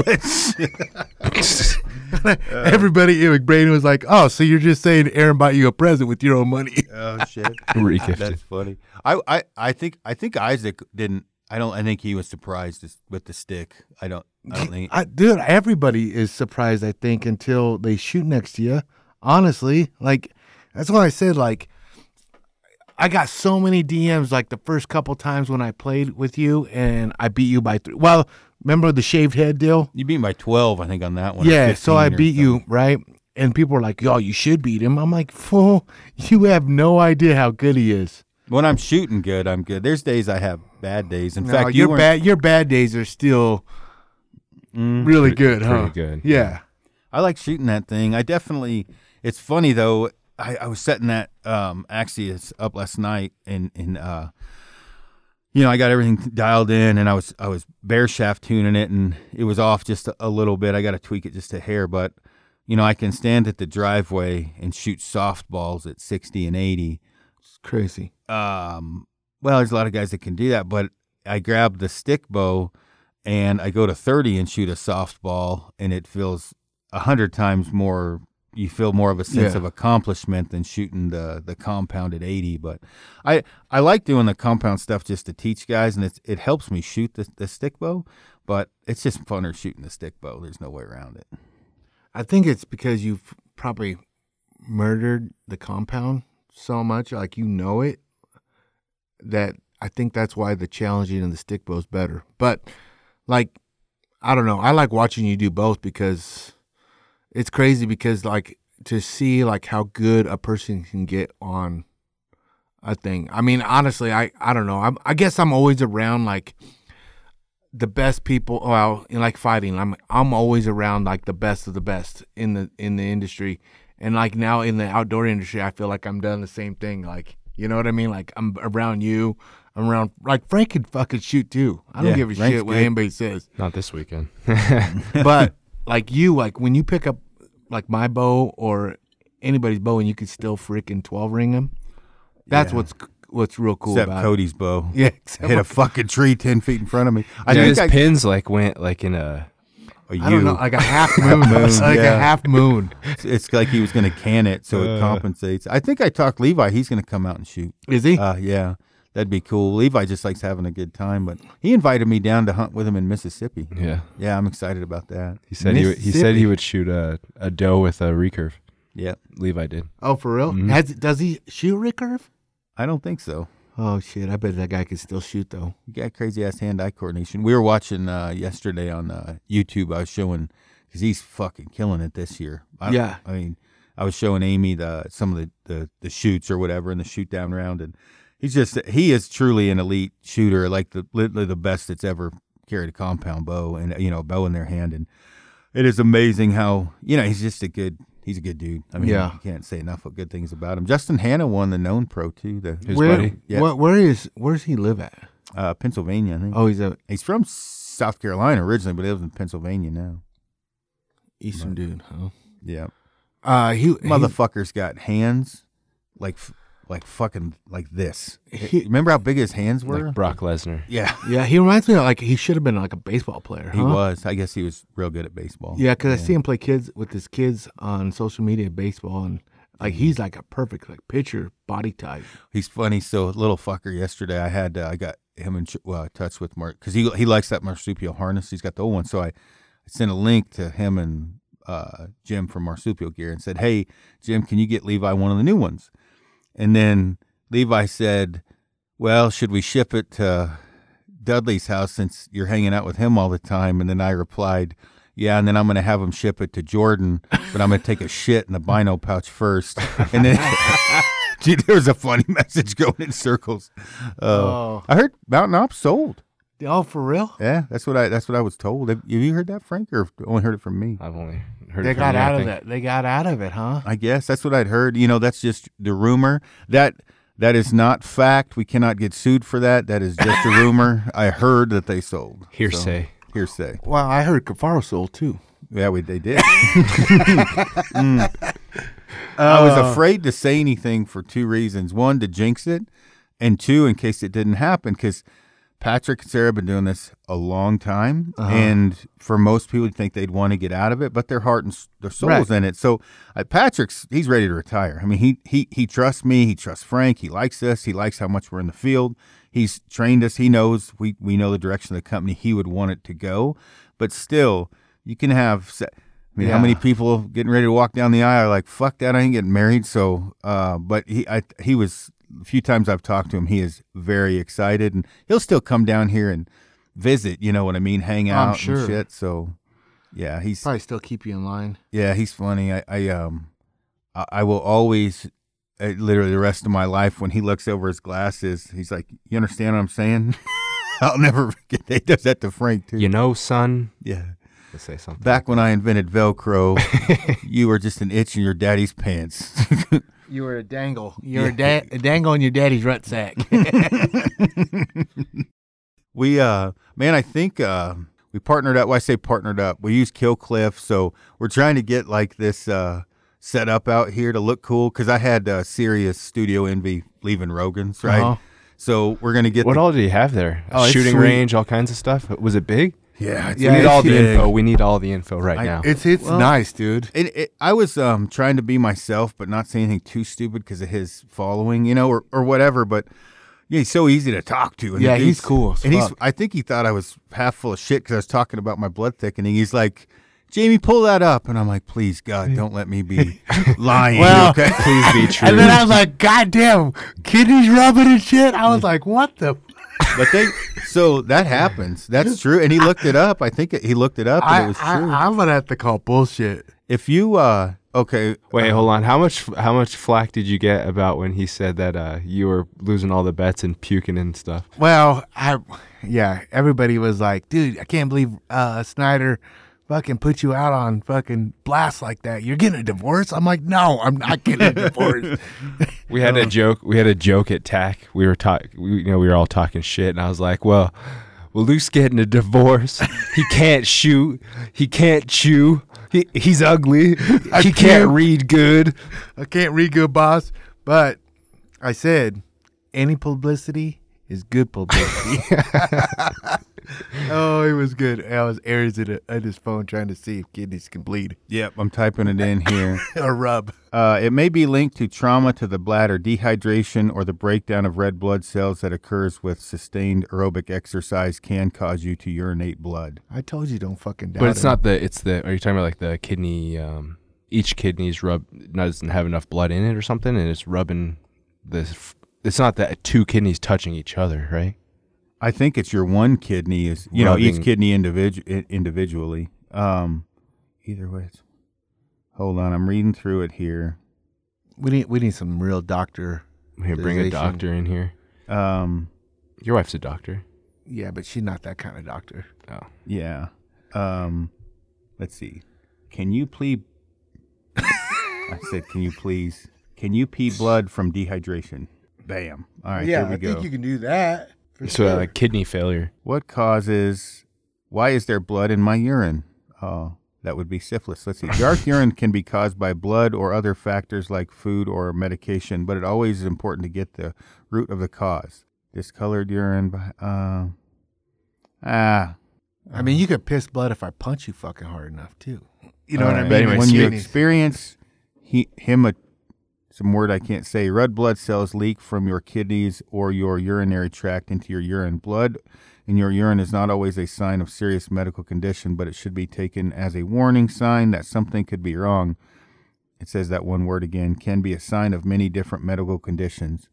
<laughs> anyway. <laughs> Everybody in McBrain was like, oh, so you're just saying Aaron bought you a present with your own money? <laughs> Oh shit. Regifted. That's funny. I, I, I think I think Isaac didn't. I don't. I think he was surprised as- with the stick. I don't. I don't think. I, dude, everybody is surprised, I think, until they shoot next to you. Honestly, like, that's why I said, like, I got so many DMs, like, the first couple times when I played with you and I beat you by three. Well, remember the shaved head deal? You beat me by twelve, I think, on that one. or Yeah, so I 15 or beat you, right? And people were like, yo, you should beat him. I'm like, fool, you have no idea how good he is. something. When I'm shooting good, I'm good. There's days I have bad days. In No, fact, you your were bad your bad days are still really good, huh? pretty good. Yeah. I like shooting that thing. I definitely. It's funny though. I, I was setting that um, Axios up last night, and and uh, you know I got everything dialed in, and I was I was bear shaft tuning it, and it was off just a, a little bit. I got to tweak it just a hair, but you know I can stand at the driveway and shoot softballs at sixty and eighty. It's crazy. Um, well, there's a lot of guys that can do that, but I grab the stick bow and I go to 30 and shoot a softball, and it feels a hundred times more you feel more of a sense Yeah. of accomplishment than shooting the the compounded 80 but i i like doing the compound stuff just to teach guys and it's, it helps me shoot the, the stick bow but it's just funner shooting the stick bow there's no way around it I think it's because you've probably murdered the compound so much, like you know it, that I think that's why the challenging and the stick bow is better. But like, I don't know. I like watching you do both because it's crazy because like to see like how good a person can get on a thing. I mean, honestly, I I don't know. I'm, I guess I'm always around like the best people well in like fighting i'm i'm always around like the best of the best in the in the industry and like now in the outdoor industry i feel like i'm doing the same thing like you know what i mean like i'm around you i'm around like frank could fucking shoot too i don't Yeah, give a Frank's shit what good. anybody says Not this weekend. <laughs> but like you like when you pick up like my bow or anybody's bow and you can still freaking 12 ring them that's Yeah. what's what's real cool except about cody's bow it <laughs> yeah except hit a fucking tree 10 feet in front of me i I Dude, think his I, pins like went like in a. oh, you I don't know, like a half <laughs> moon, like yeah. a half moon. It's- it's like he was going to can it so it Uh. compensates i think i talked levi he's going to come out and shoot Is he? Uh, yeah, that'd be cool. Levi just likes having a good time, but he invited me down to hunt with him in Mississippi. Yeah, Yeah, I'm excited about that. he said he, would- he said Mississippi. he would shoot a, a doe with a recurve. Yeah, Levi did. Oh, for real? mm-hmm. Mhm. Has, does he shoot recurve? I don't think so. Oh shit! I bet that guy can still shoot though. You got crazy ass hand eye coordination. We were watching uh, yesterday on uh, YouTube. I was showing because he's fucking killing it this year. I, Yeah. I mean, I was showing Amy the some of the, the the shoots or whatever in the shoot down round, and he's just he is truly an elite shooter, like the literally the best that's ever carried a compound bow and you know a bow in their hand, and it is amazing how you know he's just a good. He's a good dude. I mean, Yeah. you can't say enough of good things about him. Justin Hanna won the known pro too, the His where, buddy. Yeah. what- where is? Where does he live at? uh, Pennsylvania. I think. Oh, he's a He's from South Carolina originally, but he lives in Pennsylvania now. Eastern dude. Huh? Yeah, Uh, he motherfucker's got hands like f- like fucking like this. He- Remember how big his hands were? Like Brock Lesnar. yeah, he- yeah, he reminds me of like he should have been like a baseball player. he huh? was. I guess he was real good at baseball. Yeah, because I see him play kids with his kids on social media baseball, and like he's like a perfect like pitcher body type. he's funny. So little fucker. Yesterday, I had uh, I got him in ch- well, touch with Mark because he he likes that marsupial harness. He's got the old one. So I, I sent a link to him and uh, Jim from Marsupial Gear and said, "Hey, Jim, can you get Levi one of the new ones?" And then Levi said, "Well, should we ship it to Dudley's house since you're hanging out with him all the time?" And then I replied. Yeah, and then I'm gonna have him ship it to Jordan, but I'm gonna take a shit in the bino pouch first, and then <laughs> Gee, there was a funny <laughs> message going in circles. Uh, Oh. I heard Mountain Ops sold. Oh, for real? Yeah, that's what I that's what I was told. Have, have you heard that, Frank, or only heard it from me? I've only heard. They it from got you, I out of think. that. They got out of it, huh? I guess that's what I'd heard. You know, that's just the rumor. That that is not fact. We cannot get sued for that. That is just a rumor. I heard that they sold. Hearsay. So, hearsay. Well, I heard Cafaro sold too. Yeah, we, they did. Mm. I was afraid to say anything for two reasons. One, to jinx it, and two, in case it didn't happen, because Patrick and Sarah have been doing this a long time, Uh-huh. and for most people, you think they'd want to get out of it, but their heart and s- their soul's Right. in it. So uh, Patrick's he's ready to retire. I mean, he he he trusts me. He trusts Frank. He likes us. He likes how much we're in the field. He's trained us. He knows we we know the direction of the company he would want it to go, but still, you can have. se- I mean, how Yeah. many people getting ready to walk down the aisle are like, "Fuck that! I ain't getting married." So, uh, but he, I, he was a few times I've talked to him. He is very excited, and he'll still come down here and visit. You know what I mean? Hang out sure. and shit. So, yeah, he's Probably still keep you in line. yeah, he's funny. I, I um, I, I will always, uh, literally the rest of my life, when he looks over his glasses, he's like, "You understand what I'm saying?" <laughs> I'll never forget. He does that to Frank too. You know, son. yeah. Let's say something. Back when I invented Velcro, you were just an itch in your daddy's pants. <laughs> You were a dangle. You're a, da- a dangle in your daddy's rucksack. <laughs> we, uh, man, I think uh, we partnered up. Well, I say partnered up. We use Kill Cliff, so we're trying to get like this uh, set up out here to look cool. Because I had uh, serious studio envy leaving Rogan's, right? Uh-huh. So we're gonna get What the- all did he have there? Oh, it's Shooting sweet. range, all kinds of stuff. Was it big? Yeah, it's, we need it's all the big. info. We need all the info right I- now. it's, it's Well- nice, dude. It, it, I was um, trying to be myself, but not say anything too stupid because of his following, you know, or, or whatever. But yeah, he's so easy to talk to. And the Yeah, he's dude's- cool as And he's, fuck. I think he thought I was half full of shit because I was talking about my blood thickening. He's like, Jamie, pull that up, and I'm like, please, God, don't let me be lying. Well- <laughs> okay? Please be <laughs> true. And then I was like, God damn, kidneys rubbing and shit. I was like, what the? but they, so that happens. That's true. And he looked it up. I think it, he looked it up, and I, it was I, true. I'm gonna have to call bullshit. if you, uh, okay, Wait, hold on. How much how much flack did you get about when he said that uh, you were losing all the bets and puking and stuff? Well, I, yeah, everybody was like, dude, I can't believe uh, Snyder fucking put you out on fucking blast like that. You're getting a divorce? I'm like, no, I'm not getting a divorce. We had a joke. We had a joke at TAC. We were talk. We, you know, we were all talking shit, and I was like, "Well, well, Luke's getting a divorce. He can't shoot. He can't chew. He, he's ugly. he can't can't- read good. I can't read good, boss. But I said, any publicity is good publicity. <laughs> oh, it was good. I was Aries at, a, at his phone trying to see if kidneys can bleed <laughs> yep, I'm typing it in here. or rub. Uh, it may be linked to trauma to the bladder, dehydration, or the breakdown of red blood cells that occurs with sustained aerobic exercise can cause you to urinate blood. I told you don't fucking doubt But it's it. not the. It's the. Are you talking about like the kidney? Um, each kidney's rub not, doesn't have enough blood in it or something, and it's rubbing the. f- It's not that two kidneys touching each other, right? I think it's your one kidney is you know Rubbing- each kidney individu- individually. Um, either way, it's- hold on, I'm reading through it here. we need we need some real doctor. Here, bring a Physician. doctor in here. Um, Your wife's a doctor. Yeah, but she's not that kind of doctor. Oh, yeah. Um, let's see. Can you please? I said, can you please? Can you pee blood from dehydration? Bam. All right, there we go. can do that. For so uh, like kidney failure. What causes? Why is there blood in my urine? Oh, that would be syphilis. Let's see. Dark urine can be caused by blood or other factors like food or medication, but it always is important to get the root of the cause. Discolored urine. by- Uh, ah, I mean, you could piss blood if I punch you fucking hard enough too. You know All what I right. mean? But anyway, when you speak- Kidneys. experience he, him a some word I can't say. Red blood cells leak from your kidneys or your urinary tract into your urine. Blood in your urine is not always a sign of serious medical condition, but it should be taken as a warning sign that something could be wrong. It says that one word again can be a sign of many different medical conditions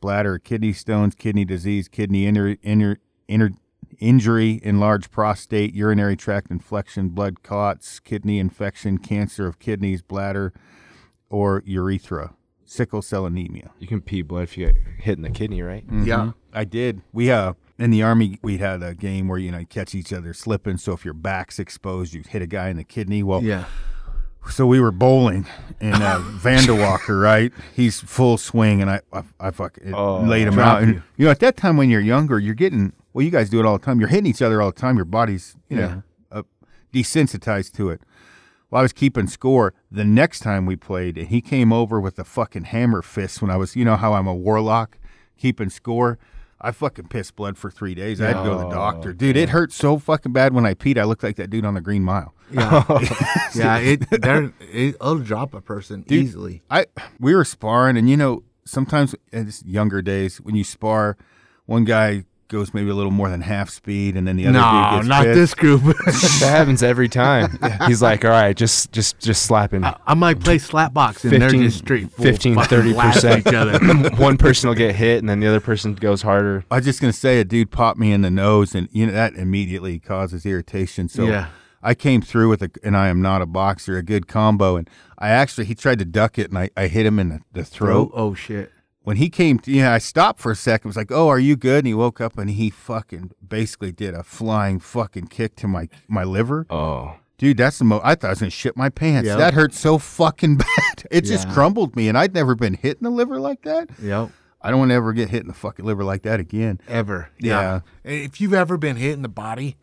bladder, kidney stones, kidney disease, kidney inner, inner, inner injury, enlarged prostate, urinary tract infection, blood clots, kidney infection, cancer of kidneys, bladder, or urethra, sickle cell anemia. You can pee blood if you get hit in the kidney, right? Yeah. I did. We uh in the army we had a game where you know you catch each other slipping. So if your back's exposed, you hit a guy in the kidney. Well, Yeah. so we were bowling and <laughs> uh, Vandewalker, right? He's full swing, and I I, I fuck it Oh, laid him drop out. And you. you. know, at that time when you're younger, you're getting well. You guys do it all the time. You're hitting each other all the time. Your body's you know uh, desensitized to it. Well, I was keeping score the next time we played, and he came over with a fucking hammer fist when I was, you know, how I'm a warlock keeping score. I fucking pissed blood for three days. I had to go Oh, to the doctor. Dude, it hurt so fucking bad when I peed. I looked like that dude on the Green Mile. <laughs> <laughs> yeah. It there it, it'll drop a person easily. I we were sparring, and you know, sometimes in this younger days when you spar, one guy goes maybe a little more than half speed, and then the other dude No, gets not pissed. this group. <laughs> that happens every time. He's like, all right, just just just <coughs> slap him. I might play slapbox and they're 15, just straight full 15 fucking 30 blast percent. each other. <laughs> One person will get hit, and then the other person goes harder. I was just gonna say a dude popped me in the nose, and you know that immediately causes irritation. So Yeah. I came through with a, and I am not a boxer, a good combo, and I actually he tried to duck it, and I, I hit him in the, the Oh, throat. oh shit. When he came, to, yeah, I stopped for a second. Was like, "Oh, are you good?" And he woke up, and he fucking basically did a flying fucking kick to my my liver. Oh, Dude, that's the mo I thought I was gonna shit my pants. Yeah. That hurt so fucking <laughs> bad. It just Yeah. crumbled me, and I'd never been hit in the liver like that. Yep. I don't want to ever get hit in the fucking liver like that again. Ever. Yeah. If you've ever been hit in the body,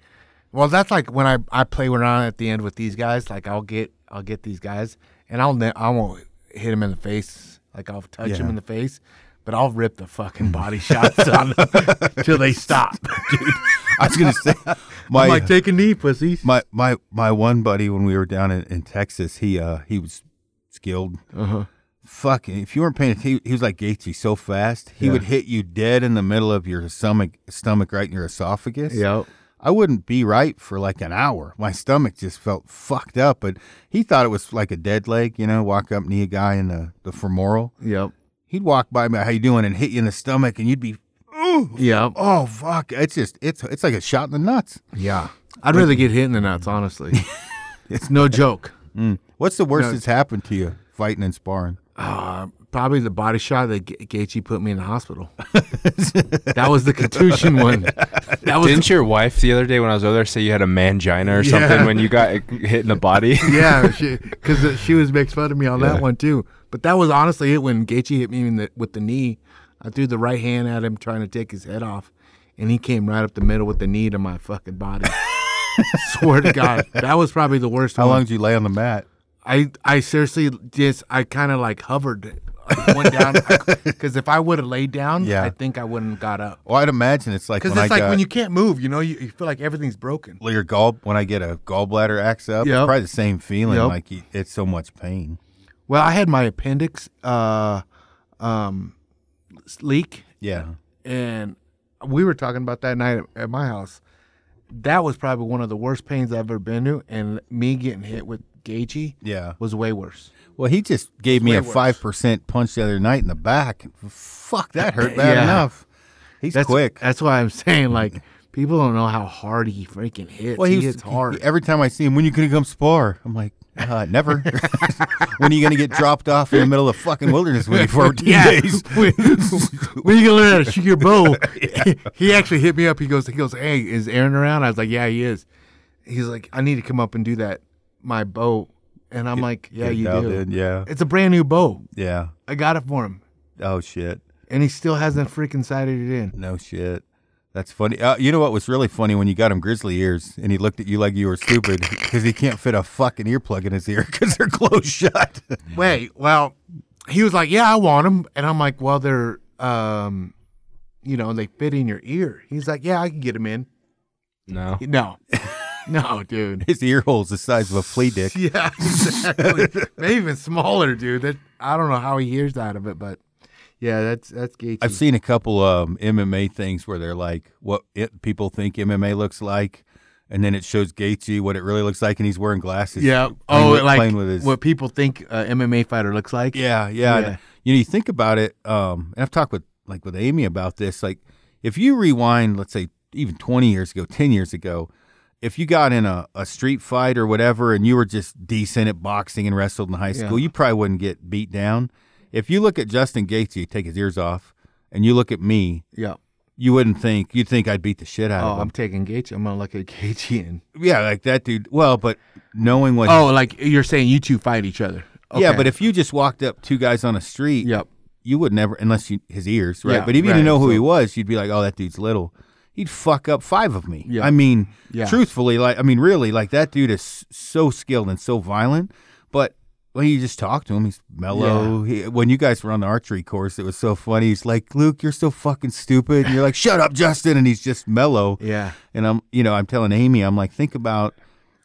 well, that's like when I, I play around at the end with these guys. Like I'll get I'll get these guys, and I'll ne- I won't hit him in the face. Like I'll touch Yeah. him in the face, but I'll rip the fucking body shots on them <laughs> till they stop. <laughs> I was gonna say <laughs> my I'm like, take a knee, pussies. my my my one buddy when we were down in, in Texas, he uh he was skilled. Uh-huh. Fucking, if you weren't paying, he, he was like Gatesy so fast, he Yeah. would hit you dead in the middle of your stomach, stomach right in your esophagus. Yep. I wouldn't be right for like an hour. My stomach just felt fucked up, but he thought it was like a dead leg, you know, walk up knee a guy in the, the femoral. Yep. He'd walk by me, how you doing, and hit you in the stomach, and you'd be, ooh, Yep. oh fuck, it's just it's it's like a shot in the nuts. Yeah. I'd rather get hit in the nuts, honestly. it's no joke. What's the worst No. that's happened to you fighting and sparring? Uh, probably the body shot that Ga- Gaethje put me in the hospital. that was the contusion one. That was Didn't your wife the other day when I was over there say you had a mangina or something Yeah. when you got hit in the body? <laughs> yeah, because she, was makes fun of me on Yeah. that one too. But that was honestly it when Gaethje hit me in the, with the knee. I threw the right hand at him trying to take his head off, and he came right up the middle with the knee to my fucking body. <laughs> Swear to God, that was probably the worst. How one. long did you lay on the mat? I I seriously just I kind of like hovered, like went down because if I would have laid down, Yeah. I think I wouldn't have got up. Well, I'd imagine it's like Because when it's I like got when you can't move, you know, you, you feel like everything's broken. your gall when I get a gallbladder acts up. it's Yep. probably the same feeling. Yep. Like you, it's so much pain. Well, I had my appendix uh, um, leak, Yeah. and we were talking about that night at, at my house. That was probably one of the worst pains I've ever been to, and me getting hit with Gaethje Yeah. was way worse. Well, he just gave me way a worse. five percent punch the other night in the back. Fuck, <laughs> that hurt bad Yeah. enough. He's That's quick. That's why I'm <laughs> saying like people don't know how hard he freaking hits. Well, he, was- hits hard. he- every time I see him, when you gonna come spar? I'm like, uh, never. <laughs> when are you gonna get dropped off in the middle of fucking wilderness with <laughs> me for 14 <laughs> Yeah. days? when, when you gonna learn how to <laughs> shoot your bow? he actually hit me up. He goes, he goes, hey, is Aaron around? I was like, yeah, he is. He's like, I need to come up and do that, my bow. And I'm like, yeah, you Dal do. did, Yeah, It's a brand new bow. yeah. I got it for him, Oh shit. and he still hasn't freaking sighted it in. No shit. That's funny. Uh, you know what was really funny when you got him grizzly ears and he looked at you like you were stupid because he can't fit a fucking earplug in his ear because they're closed <laughs> shut. Wait, well, he was like, yeah, I want them, and I'm like, well, they're, um, you know, they fit in your ear. He's like, yeah, I can get them in. No. No, <laughs> no, <laughs> dude. his ear hole's the size of a flea dick. Yeah, exactly. Maybe even smaller, dude. That I don't know how he hears out of it, but yeah, that's that's Gaethje. I've seen a couple um, MMA things where they're like, what it, people think MMA looks like, and then it shows Gaethje what it really looks like, and he's wearing glasses. yeah. playing Oh, with- like playing with his. what people think a MMA fighter looks like. yeah, yeah. Yeah. You know, you think about it. Um, and I've talked with like with Amy about this. Like, if you rewind, let's say even twenty years ago, ten years ago, if you got in a, a street fight or whatever, and you were just decent at boxing and wrestled in high Yeah. school, you probably wouldn't get beat down. If you look at Justin Gaethje, take his ears off, and you look at me, yeah. you wouldn't think you'd think I'd beat the shit out Oh, of I'm him. taking Gaethje. I'm gonna look at Gaethje and yeah, like that dude. Well, but knowing what, oh, like you're saying you two fight each other. yeah, Oh, Okay. but if you just walked up two guys on a street, yep, you would never unless you his ears, right? Yeah, but if you didn't right, know who he so- was, you'd be like, oh, that dude's little. He'd fuck up five of me. Yeah. I mean, Yeah. truthfully, like I mean, really, like that dude is s- so skilled and so violent, but. When you just talk to him, he's mellow. He, when you guys were on the archery course, it was so funny. He's like, "Luke, you're so fucking stupid." And you're like, "Shut up, Justin!" And he's just mellow. yeah, And I'm, you know, I'm telling Amy, I'm like, think about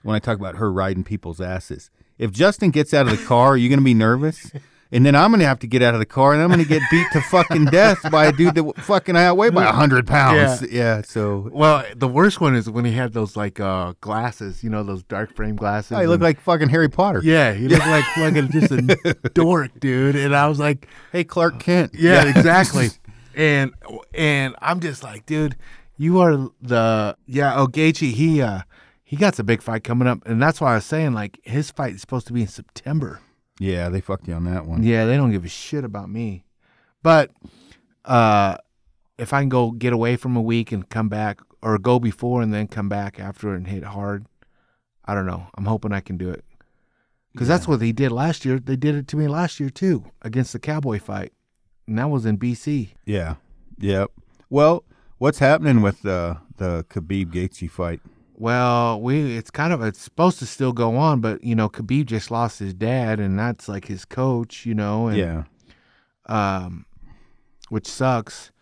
when I talk about her riding people's asses. If Justin gets out of the car, are you going to be nervous? And then I'm going to have to get out of the car and I'm going to get beat to fucking death by a dude that fucking I outweigh by 100 pounds. Yeah. so Well, the worst one is when he had those like uh glasses, you know, those dark frame glasses. I look and- like fucking Harry Potter. yeah, he looked like fucking just a <laughs> dork, dude. And I was like, Hey, Clark Kent. Yeah, <laughs> exactly. and and I'm just like, dude, you are the yeah. Oh, Gaethje, he uh, he got a big fight coming up, and that's why I was saying like his fight is supposed to be in September. <laughs> Yeah, they fucked you on that one. Yeah, they don't give a shit about me. But uh, if I can go get away from a week and come back, or go before and then come back after and hit hard, I don't know. I'm hoping I can do it. Because that's what they did last year. They did it to me last year too against the Cowboy fight, and that was in BC. Yeah. Yep. Well, what's happening with the the Khabib Gaethje fight? Well, we it's kind of it's supposed to still go on, but you know, Khabib just lost his dad, and that's like his coach, you know, and Yeah. um, which sucks.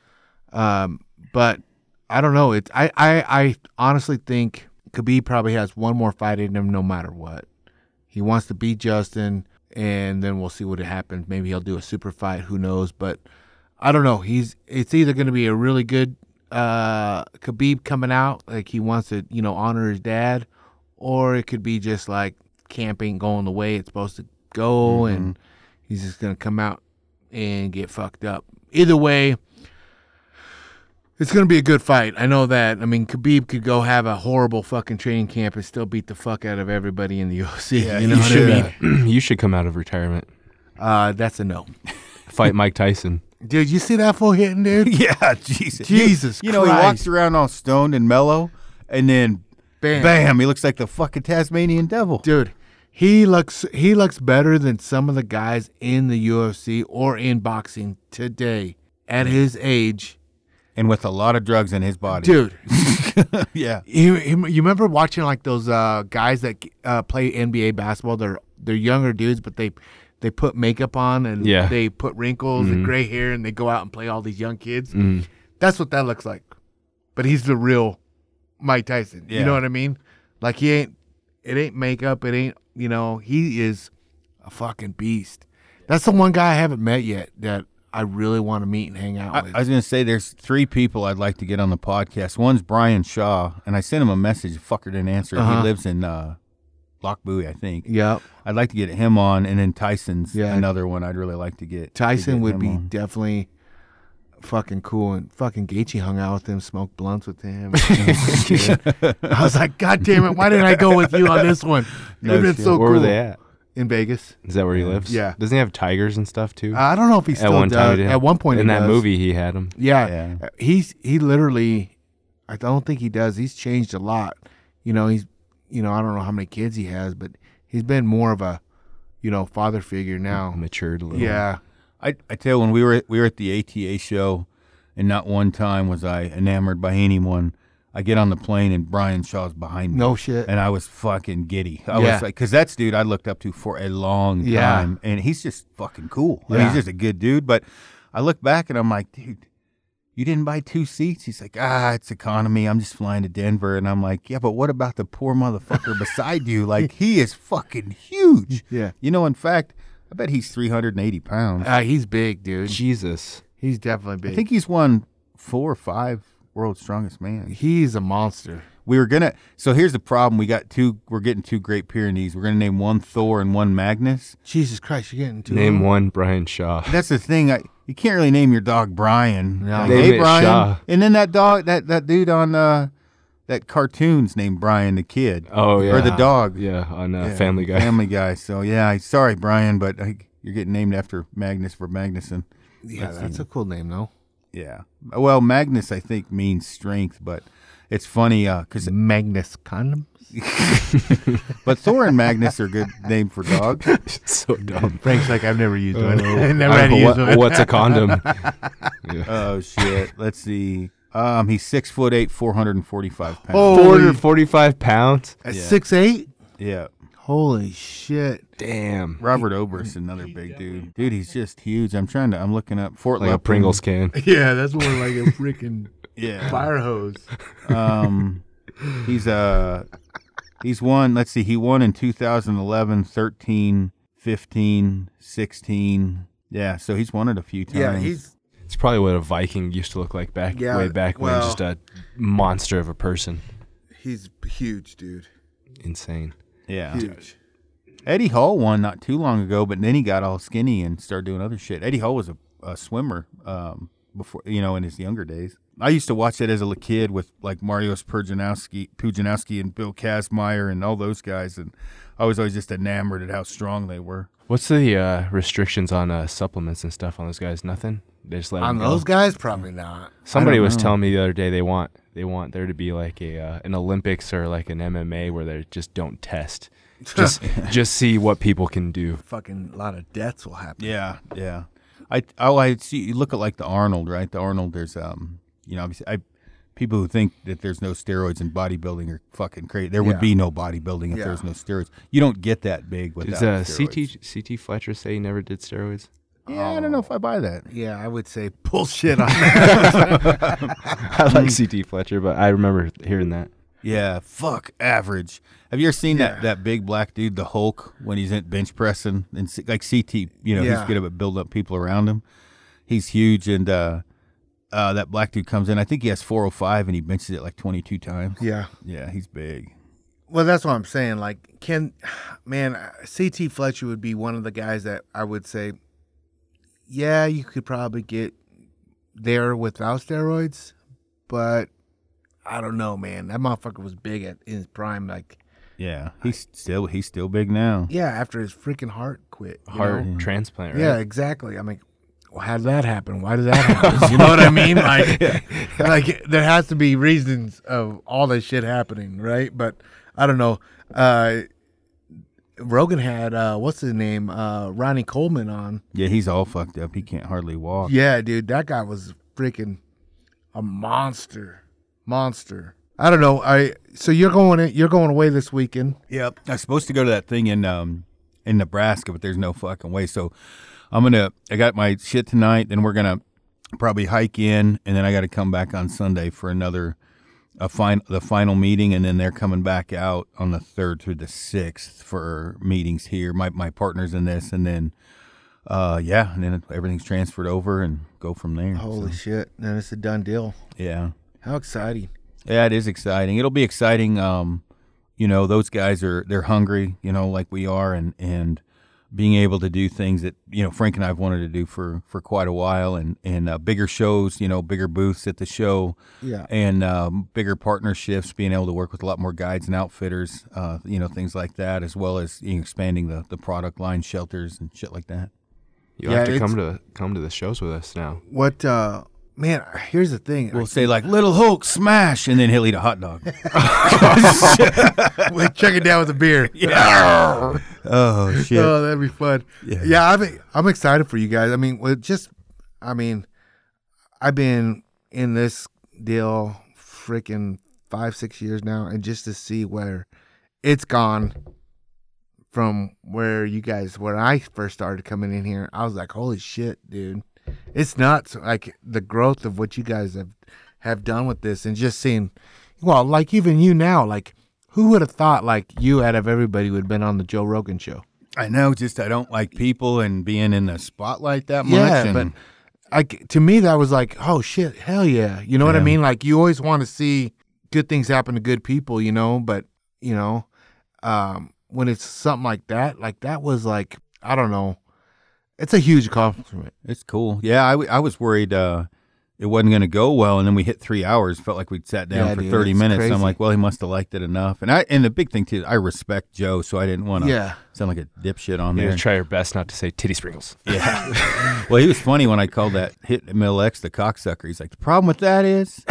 Um, but I don't know. It's I, I I honestly think Khabib probably has one more fight in him, no matter what. He wants to beat Justin, and then we'll see what happens. Maybe he'll do a super fight. Who knows? But I don't know. He's it's either going to be a really good uh, Khabib coming out, like he wants to, you know, honor his dad, or it could be just like camping, going the way it's supposed to go, and he's just going to come out and get fucked up. Either way, it's going to be a good fight. I know that. I mean, Khabib could go have a horrible fucking training camp and still beat the fuck out of everybody in the <laughs> UFC. you know what he I should mean? be. <clears throat> you should come out of retirement. Uh, that's a no. Fight Mike Tyson. Dude, you see that fool hitting, dude? <laughs> Yeah, Jesus. You- Jesus You, know, he Christ. walks around all stoned and mellow, and then <laughs> Bam. bam. he looks like the fucking Tasmanian devil. Dude, he looks he looks better than some of the guys in the UFC or in boxing today at his age. And with a lot of drugs in his body. Dude, <laughs> yeah. You, you you remember watching like those uh, guys that uh, play NBA basketball? They're they're younger dudes, but they they put makeup on and Yeah. they put wrinkles Mm-hmm. and gray hair, and they go out and play all these young kids. That's what that looks like. But he's the real Mike Tyson. You Yeah. know what I mean? Like he ain't. It ain't makeup. It ain't you know. He is a fucking beast. That's the one guy I haven't met yet that I really want to meet and hang out I, with. I was going to say there's three people I'd like to get on the podcast. One's Brian Shaw, and I sent him a message. The fucker didn't answer. Uh-huh. He lives in uh, Lock Buoy, I think. yep. I'd like to get him on, and then Tyson's Yeah. another one I'd really like to get. to Tyson get would him be on. definitely fucking cool, and fucking Gaethje hung out with him, smoked blunts with <laughs> him. I was like, God damn it, why didn't I go with you on this <laughs> one? It would have been <laughs> shit. so Where cool. were they at? In Vegas. Is that where he lives? Yeah. Doesn't he have tigers and stuff too? I don't know if he still at one does. time, he did. At one point in he that does. movie, he had them. Yeah, Yeah. he's he literally. I don't think he does. He's changed a lot. You know, he's you know I don't know how many kids he has, but he's been more of a you know father figure now. Matured a little. Yeah, I, I tell you, when we were we were at the ATA show, and not one time was I enamored by anyone. I get on the plane and Brian Shaw's behind me. no shit. And I was fucking giddy. I Yeah. was like, because that's dude I looked up to for a long Yeah. time, and he's just fucking cool. I mean, Yeah. he's just a good dude. But I look back and I'm like, dude, you didn't buy two seats. He's like, ah, it's economy. I'm just flying to Denver, and I'm like, yeah, but what about the <laughs> poor motherfucker beside you? Like, he is fucking huge. Yeah, You know, in fact, I bet he's 380 pounds. uh, he's big, dude. Jesus. He's definitely big. I think he's won four or five world's strongest man. He's a monster. We were gonna so here's the problem. We got two we're getting two great Pyrenees. We're gonna name one Thor and one Magnus. Jesus Christ, you're getting too Name old. one Brian Shaw. <laughs> That's the thing. I you can't really name your dog Brian. No. Like, Name hey it Brian. Shaw. And then that dog that, that dude on uh that cartoon's named Brian the kid. Oh yeah. Or the dog. Yeah, on uh, Yeah, Family Guy. Family guy. So yeah, I, sorry Brian, but I, you're getting named after Magnus for Magnuson. Yeah, that's a cool name though. Yeah. Well, Magnus I think means strength, but it's funny uh 'cause cuz Magnus <laughs> Condom. But Thor and Magnus are good name for dog. <laughs> <laughs> so dumb. Frank's like I've never used one. <laughs> Oh. I never I- had to but use what- one. what's a condom? Oh shit. Let's see. Um, he's six foot eight, four hundred and forty-five pounds. Oh, <laughs> Four holy, hundred forty-five pounds. at six eight. yeah. Holy shit! Damn. Robert Ober's another big dude. Dude, he's just huge. I'm trying to. I'm looking up Fort Like a Lupton. Pringles can. <laughs> Yeah, that's more like a freaking Yeah. fire hose. Um, he's uh, he's won. Let's see. He won in 2011, 13, 15, 16. Yeah. So he's won it a few times. Yeah, he's It's probably what a Viking used to look like back Yeah, way back when, well- just a monster of a person. he's huge, dude. Insane. yeah. Huge. Eddie Hall won not too long ago, but then he got all skinny and started doing other shit. Eddie Hall was a, a swimmer um, before, you know, in his younger days. I used to watch it as a li- kid with like Marios Pujanowski, Pujanowski and Bill Kazmaier and all those guys, and I was always just enamored at how strong they were. What's the uh, restrictions on uh, supplements and stuff on those guys? Nothing. They just let On 'em go? those guys, probably not. Somebody was telling me the other day they want they want there to be like a uh, an Olympics or like an MMA where they just don't <laughs> test, just just see what people can do. Fucking lot of deaths will happen. Yeah, yeah. I oh I see. You look at like the Arnold, right? The Arnold. There's um, you know, obviously, I people who think that there's no steroids in bodybuilding are fucking crazy. There would Yeah. be no bodybuilding if Yeah. there was no steroids. You don't get that big without Does uh, steroids. CT CT Fletcher say he never did steroids? Yeah, I don't know if I buy that. Yeah, I would say bullshit on that. <laughs> <laughs> I like CT Fletcher, but I remember hearing that. Yeah, fuck average. Have you ever seen that, that big black dude, the Hulk, when he's in bench pressing and C- like CT? You know, Yeah. he's good at building up people around him. He's huge, and uh, uh, that black dude comes in. I think he has 405, and he benches it like 22 times. yeah. Yeah, he's big. Well, that's what I'm saying. Like, can <sighs> man, CT Fletcher would be one of the guys that I would say, yeah, you could probably get there without steroids, but I don't know, man. That motherfucker was big at in his prime. Like, Yeah, he's still he's still big now. yeah, after his freaking heart quit. you Heart know? transplant, Yeah, right? exactly. I'm like, well, how did that happen? Why did that happen? <laughs> you know what I mean? Like, like there has to be reasons of all this shit happening, right? But I don't know. Uh, Rogan had uh, what's his name, uh, Ronnie Coleman on. Yeah, he's all fucked up. He can't hardly walk. Yeah, dude, that guy was freaking a monster, monster. I don't know. I so you're going you're going away this weekend. Yep. I was supposed to go to that thing in um in Nebraska, but there's no fucking way. So I'm gonna I got my shit tonight, then we're gonna probably hike in and then I gotta come back on Sunday for another a fine the final meeting and then they're coming back out on the third through the sixth for meetings here. My my partner's in this and then uh yeah, and then everything's transferred over and go from there. Holy So, shit! Then it's a done deal. yeah. How exciting! Yeah, it is exciting. It'll be exciting. Um, you know, those guys are they're hungry. You know, like we are, and and being able to do things that you know Frank and I've wanted to do for for quite a while, and and uh, bigger shows. You know, bigger booths at the show, Yeah. and um, bigger partnerships. Being able to work with a lot more guides and outfitters. Uh, you know, things like that, as well as you know, expanding the the product line, shelters and shit like that. You Yeah, have to it's- come to come to the shows with us now. What? uh Man, here's the thing. We'll say like Little Hulk smash, and then he'll eat a hot dog. <laughs> Well, <laughs> check it down with a beer. yeah. Oh shit. Oh, that'd be fun. Yeah, I'm, I'm excited for you guys. I mean, well, just, I mean, I've been in this deal freaking five, six years now, and just to see where it's gone from where you guys, when I first started coming in here, I was like, holy shit, dude. It's nuts. Like the growth of what you guys have have done with this and just seeing, well, like even you now, like who would have thought like you out of everybody would have been on the Joe Rogan show? I know, just I don't like people and being in the spotlight that much. Yeah, and- but like to me, that was like, oh shit, hell yeah. You know what I Yeah. mean? Like you always want to see good things happen to good people, you know. But you know, um, when it's something like that, like that was like, I don't know, it's a huge accomplishment. it's cool. Yeah, I, w- I was worried uh, it wasn't going to go well, and then we hit three hours. Felt like we'd sat down Yeah, for dude, thirty it's minutes. I'm crazy. like, well, he must have liked it enough. And I and the big thing too, I respect Joe, so I didn't want to Yeah. sound like a dipshit on You there. gotta try your best not to say titty sprinkles. Yeah. well, he was funny when I called that hit Mill X the cocksucker. He's like, the problem with <laughs> that is.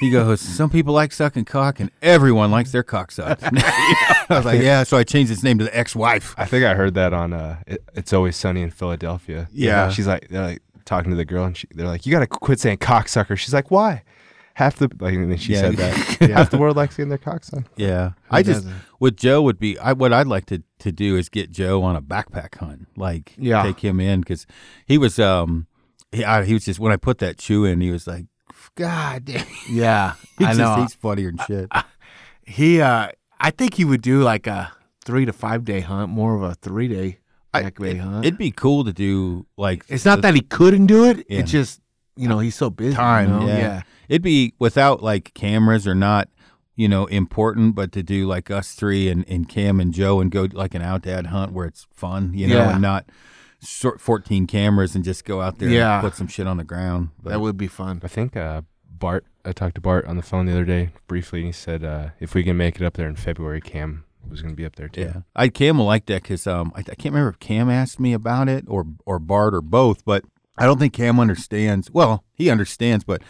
He goes, Some people like sucking cock, and everyone likes their cock sucked. <laughs> I was like, Yeah, so I changed his name to the ex wife. I think I heard that on uh, it, "It's Always Sunny in Philadelphia." Yeah. she's like, they're like talking to the girl, and she, they're like, "You gotta quit saying cocksucker." She's like, "Why?" Half the like, and then she Yeah. said <laughs> that half the world likes getting their cocksucker. Yeah, I just doesn't? with Joe would be I what I'd like to to do is get Joe on a backpack hunt, like Yeah. take him in because he was um he I, he was just when I put that chew in he was like God damn <laughs> Yeah, he's just- he's funnier than shit. he, uh, I think he would do like a three to five day hunt, more of a three day I- back bay hunt. It'd be cool to do like it's not that he couldn't do it; Yeah. it's just you know he's so busy. time. you know? yeah. yeah. it'd be without like cameras or not you know important, but to do like us three and and Cam and Joe and go like an out dad hunt where it's fun, you know, Yeah. and not. sort- 14 cameras and just go out there Yeah. and put some shit on the ground. But that would be fun. I think uh, Bart. I talked to Bart on the phone the other day briefly. and He said uh, if we can make it up there in February, Cam was gonna be up there too. Yeah, I Cam will like that because um, I, I can't remember if Cam asked me about it or or Bart or both, but I don't think Cam understands. Well, he understands, but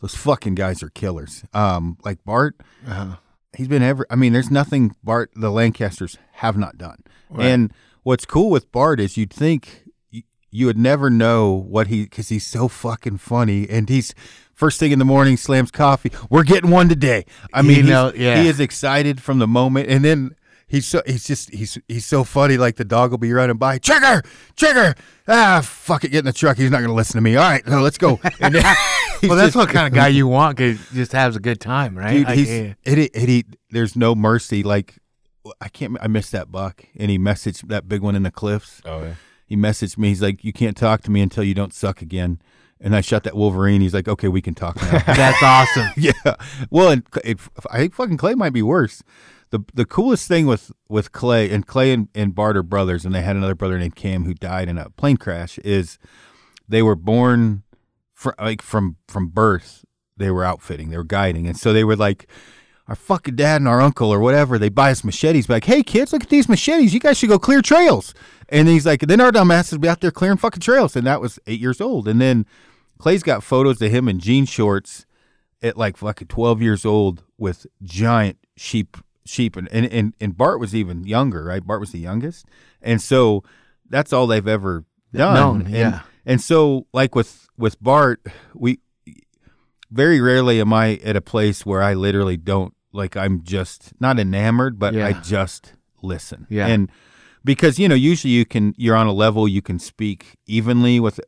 those fucking guys are killers. Um, like Bart, Uh-huh. he's been ever. I mean, there's nothing Bart the Lancasters have not done. And what's cool with Bart is you'd think you, you would never know what he because he's so fucking funny and he's. First thing in the morning, slams coffee. We're getting one today. I You mean, he's- know, yeah. he is excited from the moment, and then He's so he's just he's he's so funny. Like the dog will be running by, trigger, trigger. Ah, fuck it, get in the truck. He's not gonna listen to me. All right, no, <laughs> let's go. And then he's Well, that's just- what kind of guy you want. 'cause just has a good time, right? dude. Like, he's yeah. it, it, he- There's no mercy. Like I can't. I missed that buck, and he messaged that big one in the cliffs. Oh yeah. He messaged me. He's like, you can't talk to me until you don't suck again. And I shot that Wolverine. He's like, okay, we can talk now. that's <laughs> awesome. yeah. Well, and Cl- it, I think fucking Clay might be worse. The the coolest thing with with Clay and Clay and, and Bart are brothers, and they had another brother named Cam who died in a plane crash. Is they were born fr- like from from birth. They were outfitting. They were guiding, and so they were like. Our fucking dad and our uncle or whatever, they buy us machetes. Be like, hey kids, look at these machetes. You guys should go clear trails. And he's like, then our dumbasses would be out there clearing fucking trails. And that was eight years old. And then Clay's got photos of him in jean shorts at like fucking 12 years old with giant sheep sheep and and, and, and Bart was even younger right Bart was the youngest and so that's all they've ever done known, and, yeah. and so like with with Bart we very rarely am I at a place where I literally don't like I'm just not enamored but I Yeah. just listen Yeah. and because you know usually you can you're on a level you can speak evenly with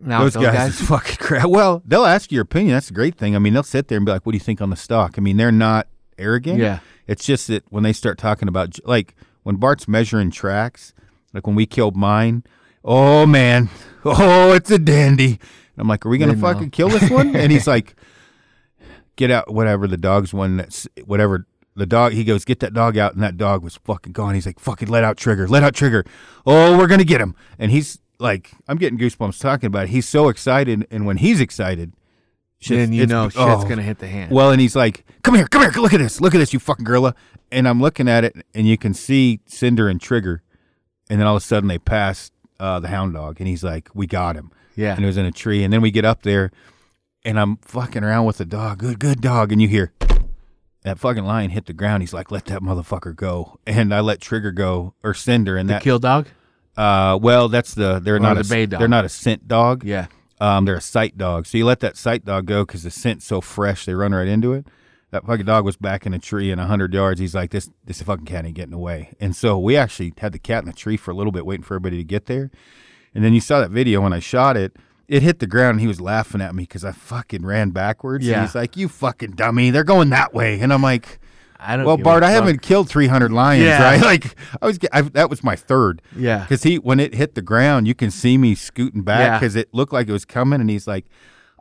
Now those, guys, is <laughs> fucking crap. Well, they'll ask your opinion. That's a great thing. I mean, they'll sit there and be like, "What do you think on the stock?" I mean, they're not arrogant. Yeah. It's just that when they start talking about like when Bart's measuring tracks, like when we killed mine, oh man, <laughs> oh it's a dandy. And I'm like, "Are we gonna They know. fucking kill this one?" and he's like, "Get out, whatever the dog's one that's whatever." The dog, he goes, get that dog out, and that dog was fucking gone. He's like, fucking let out trigger, let out trigger. Oh, we're gonna get him, and he's like, I'm getting goosebumps talking about it. He's so excited, and when he's excited, shit's- then you it's- know shit's oh, gonna hit the hand. well, and he's like, "Come here, come here, look at this, look at this, you fucking gorilla." And I'm looking at it, and you can see Cinder and Trigger, and then all of a sudden they pass uh, the hound dog, and he's like, "We got him." yeah. And it was in a tree, and then we get up there, and I'm fucking around with the dog, good, good dog, and you hear that fucking lion hit the ground. He's like, "Let that motherfucker go," and I let Trigger go or Cinder, and the that. kill dog. uh, well, that's the they're not the a, bay dog. they're not a scent dog. Yeah. Um, they're a sight dog. So you let that sight dog go because the scent's so fresh, they run right into it. That fucking dog was back in a tree in 100 yards. He's like, this this fucking cat ain't getting away. And so we actually had the cat in the tree for a little bit, waiting for everybody to get there. And then you saw that video when I shot it. It hit the ground and he was laughing at me because I fucking ran backwards. And Yeah. he's like, you fucking dummy. They're going that way. And I'm like, I don't. well, give a Bart, I fuck. haven't killed 300 lions, Yeah. right? <laughs> Like, I was, I, that was my third. Yeah. Because he, when it hit the ground, you can see me scooting back Yeah. because it looked like it was coming. And he's like,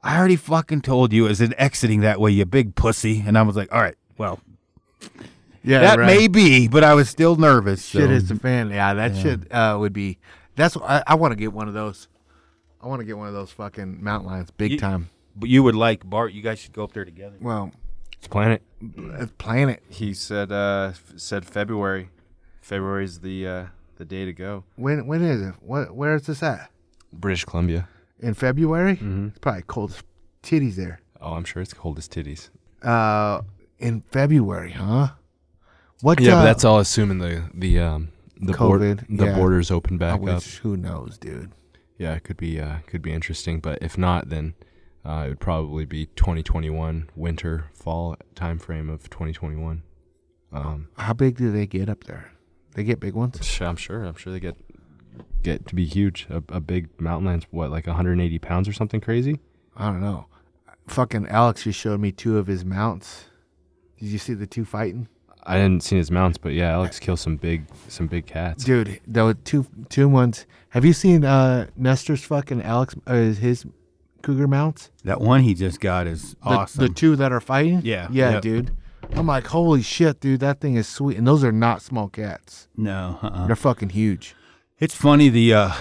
I already fucking told you it was an exiting that way, you big pussy. And I was like, all right, well, Yeah. that right. may be, but I was still nervous. shit so- hits the fan. Yeah, that shit uh, would be. That's what I, I want to get one of those. I want to get one of those fucking mountain lions, big You- time. But you would like Bart, you guys should go up there together. Well, It's planet. uh, planet. He said uh f- said February. February's the uh the day to go. When when is it? What where is this at? British Columbia. In February? Mm-hmm. It's probably cold as titties there. Oh, I'm sure it's cold as titties. Uh, in February, huh? What? Yeah, uh, but that's all assuming the the um the board, COVID, the yeah. borders open I back up. wish- who knows, dude? Yeah, it could be uh could be interesting, but if not, then uh, it would probably be 2021 winter fall time frame of 2021. Um, How big do they get up there? They get big ones. sh- I'm sure. I'm sure they get get to be huge. A, a big mountain lion's what like 180 pounds or something crazy. I don't know. Fucking Alex just showed me two of his mounts. Did you see the two fighting? I hadn't seen his mounts, but yeah, Alex kills some big some big cats. Dude, there were two two ones. Have you seen uh Nestor's fucking Alex uh, his cougar mounts? That one he just got is The, awesome. The two that are fighting? Yeah, Yeah, yep. dude. I'm like, holy shit, dude, that thing is sweet. And those are not small cats. no, uh-uh. They're fucking huge. It's funny the uh,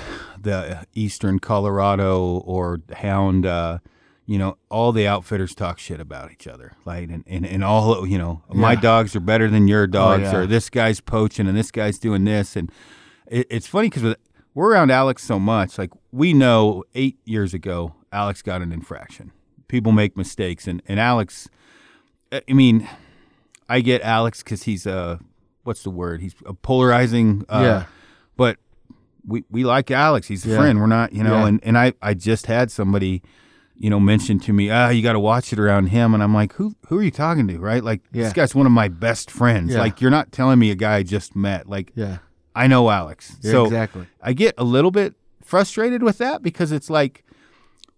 the Eastern Colorado or Hound, uh, you know, all the outfitters talk shit about each other, like, and and, and all you know, my Yeah. Oh, dogs are better than your dogs, yeah. or this guy's poaching and this guy's doing this, and it, it's funny because we're around Alex so much, like we know eight years ago Alex got an infraction. People make mistakes, and and Alex, I I mean, I get Alex because he's a what's the word? He's a polarizing. Uh, Yeah. But we, we like Alex. He's a Yeah. friend. We're not, you know. Yeah. And and I I just had somebody you know, mentioned to me, ah, you got to watch it around him. And I'm like, who who are you talking to, right? Like, Yeah. this guy's one of my best friends. Yeah. Like, you're not telling me a guy I just met. Like, Yeah. I know Alex. Yeah, so exactly. I get a little bit frustrated with that because it's like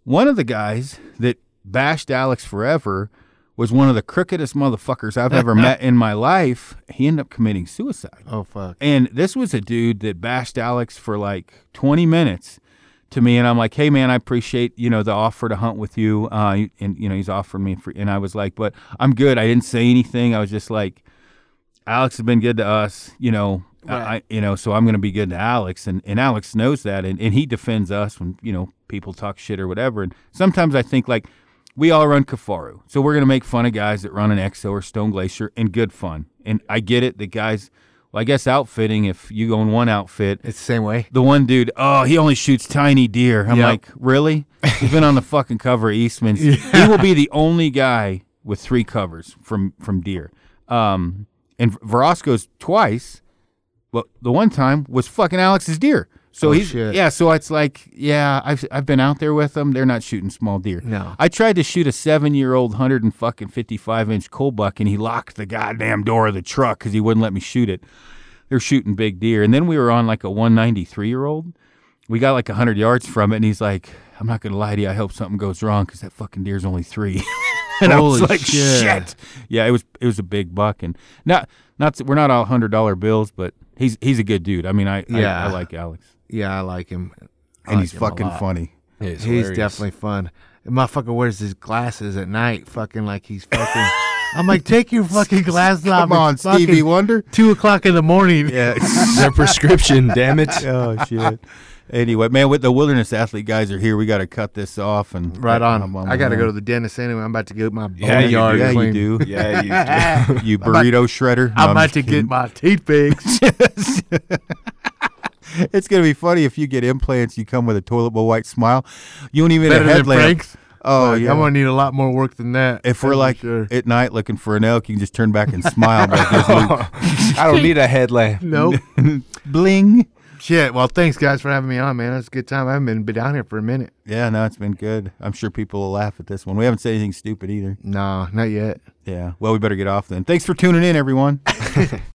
one of the guys that bashed Alex forever was one of the crookedest motherfuckers <laughs> I've ever met in my life. He ended up committing suicide. Oh fuck. And this was a dude that bashed Alex for like 20 minutes to me. And I'm like, hey, man, I appreciate, you know, the offer to hunt with you. Uh, and, you know, he's offering me free. And I was like, but I'm good. I didn't say anything. I was just like, Alex has been good to us, you know. I, I- you know, so I'm going to be good to Alex, and, and Alex knows that, and, and he defends us when you know people talk shit or whatever. And sometimes I think like we all run Kafaru, so we're going to make fun of guys that run an EXO or Stone Glacier, and good fun. And I get it, the guys. Well, I guess outfitting. If you go in one outfit, It's the same way. the one dude, oh, he only shoots tiny deer. I'm Yep. like, really? He's been on the fucking cover of <laughs> Eastman's. He will be the only guy with three covers from from deer. Um, and Verosco's twice, but the one time was fucking Alex's deer. So Oh, he's shit. yeah. So it's like yeah, I've I've been out there with them. They're not shooting small deer. No. I tried to shoot a seven year old hundred and fucking fifty five inch coal buck, and he locked the goddamn door of the truck because he wouldn't let me shoot it they're shooting big deer. And then we were on like a 193 year old. We got like 100 yards from it, and he's like, I'm not going to lie to you. I hope something goes wrong because that fucking deer's only three. <laughs> and I was Holy like, shit. shit. Yeah, it was it was a big buck. And not, not that- we're not all $100 bills, but he's he's a good dude. I mean, I, Yeah. I, I like Alex. Yeah, I like him. I And like he's him a fucking lot. funny. He's It's hilarious. definitely fun. The motherfucker wears his glasses at night, fucking like he's fucking. <laughs> I'm like, take your fucking glasses off. <laughs> Come on, It's fucking Stevie Wonder. Two o'clock in the morning. Yeah. <laughs> their prescription. damn it! oh, shit. Anyway, man, with the wilderness athlete guys are here. We got to cut this off and <laughs> Right on. I'm I got to on. go to the dentist anyway. I'm about to get my Yeah, you yard do. Yeah, you cleaned. do. Yeah, you <laughs> <laughs> you burrito shredder. No, I'm about just to kidding. get my teeth fixed. <laughs> it's gonna be funny if you get implants. You come with a toilet bowl white smile. You don't even Better need a than headlamp. Frank's. Oh Like, yeah. I'm gonna need a lot more work than that. if we're that's for like sure. at night looking for an elk, you can just turn back and smile. like there's no <laughs> I don't need a <laughs> <laughs> headlamp. nope. bling. Shit. Well, thanks guys for having me on, man. That's a good time. I haven't been, been down here for a minute. Yeah, no, it's been good. I'm sure people will laugh at this one. We haven't said anything stupid either. No, not yet. Yeah. Well, we better get off then. Thanks for tuning in, everyone.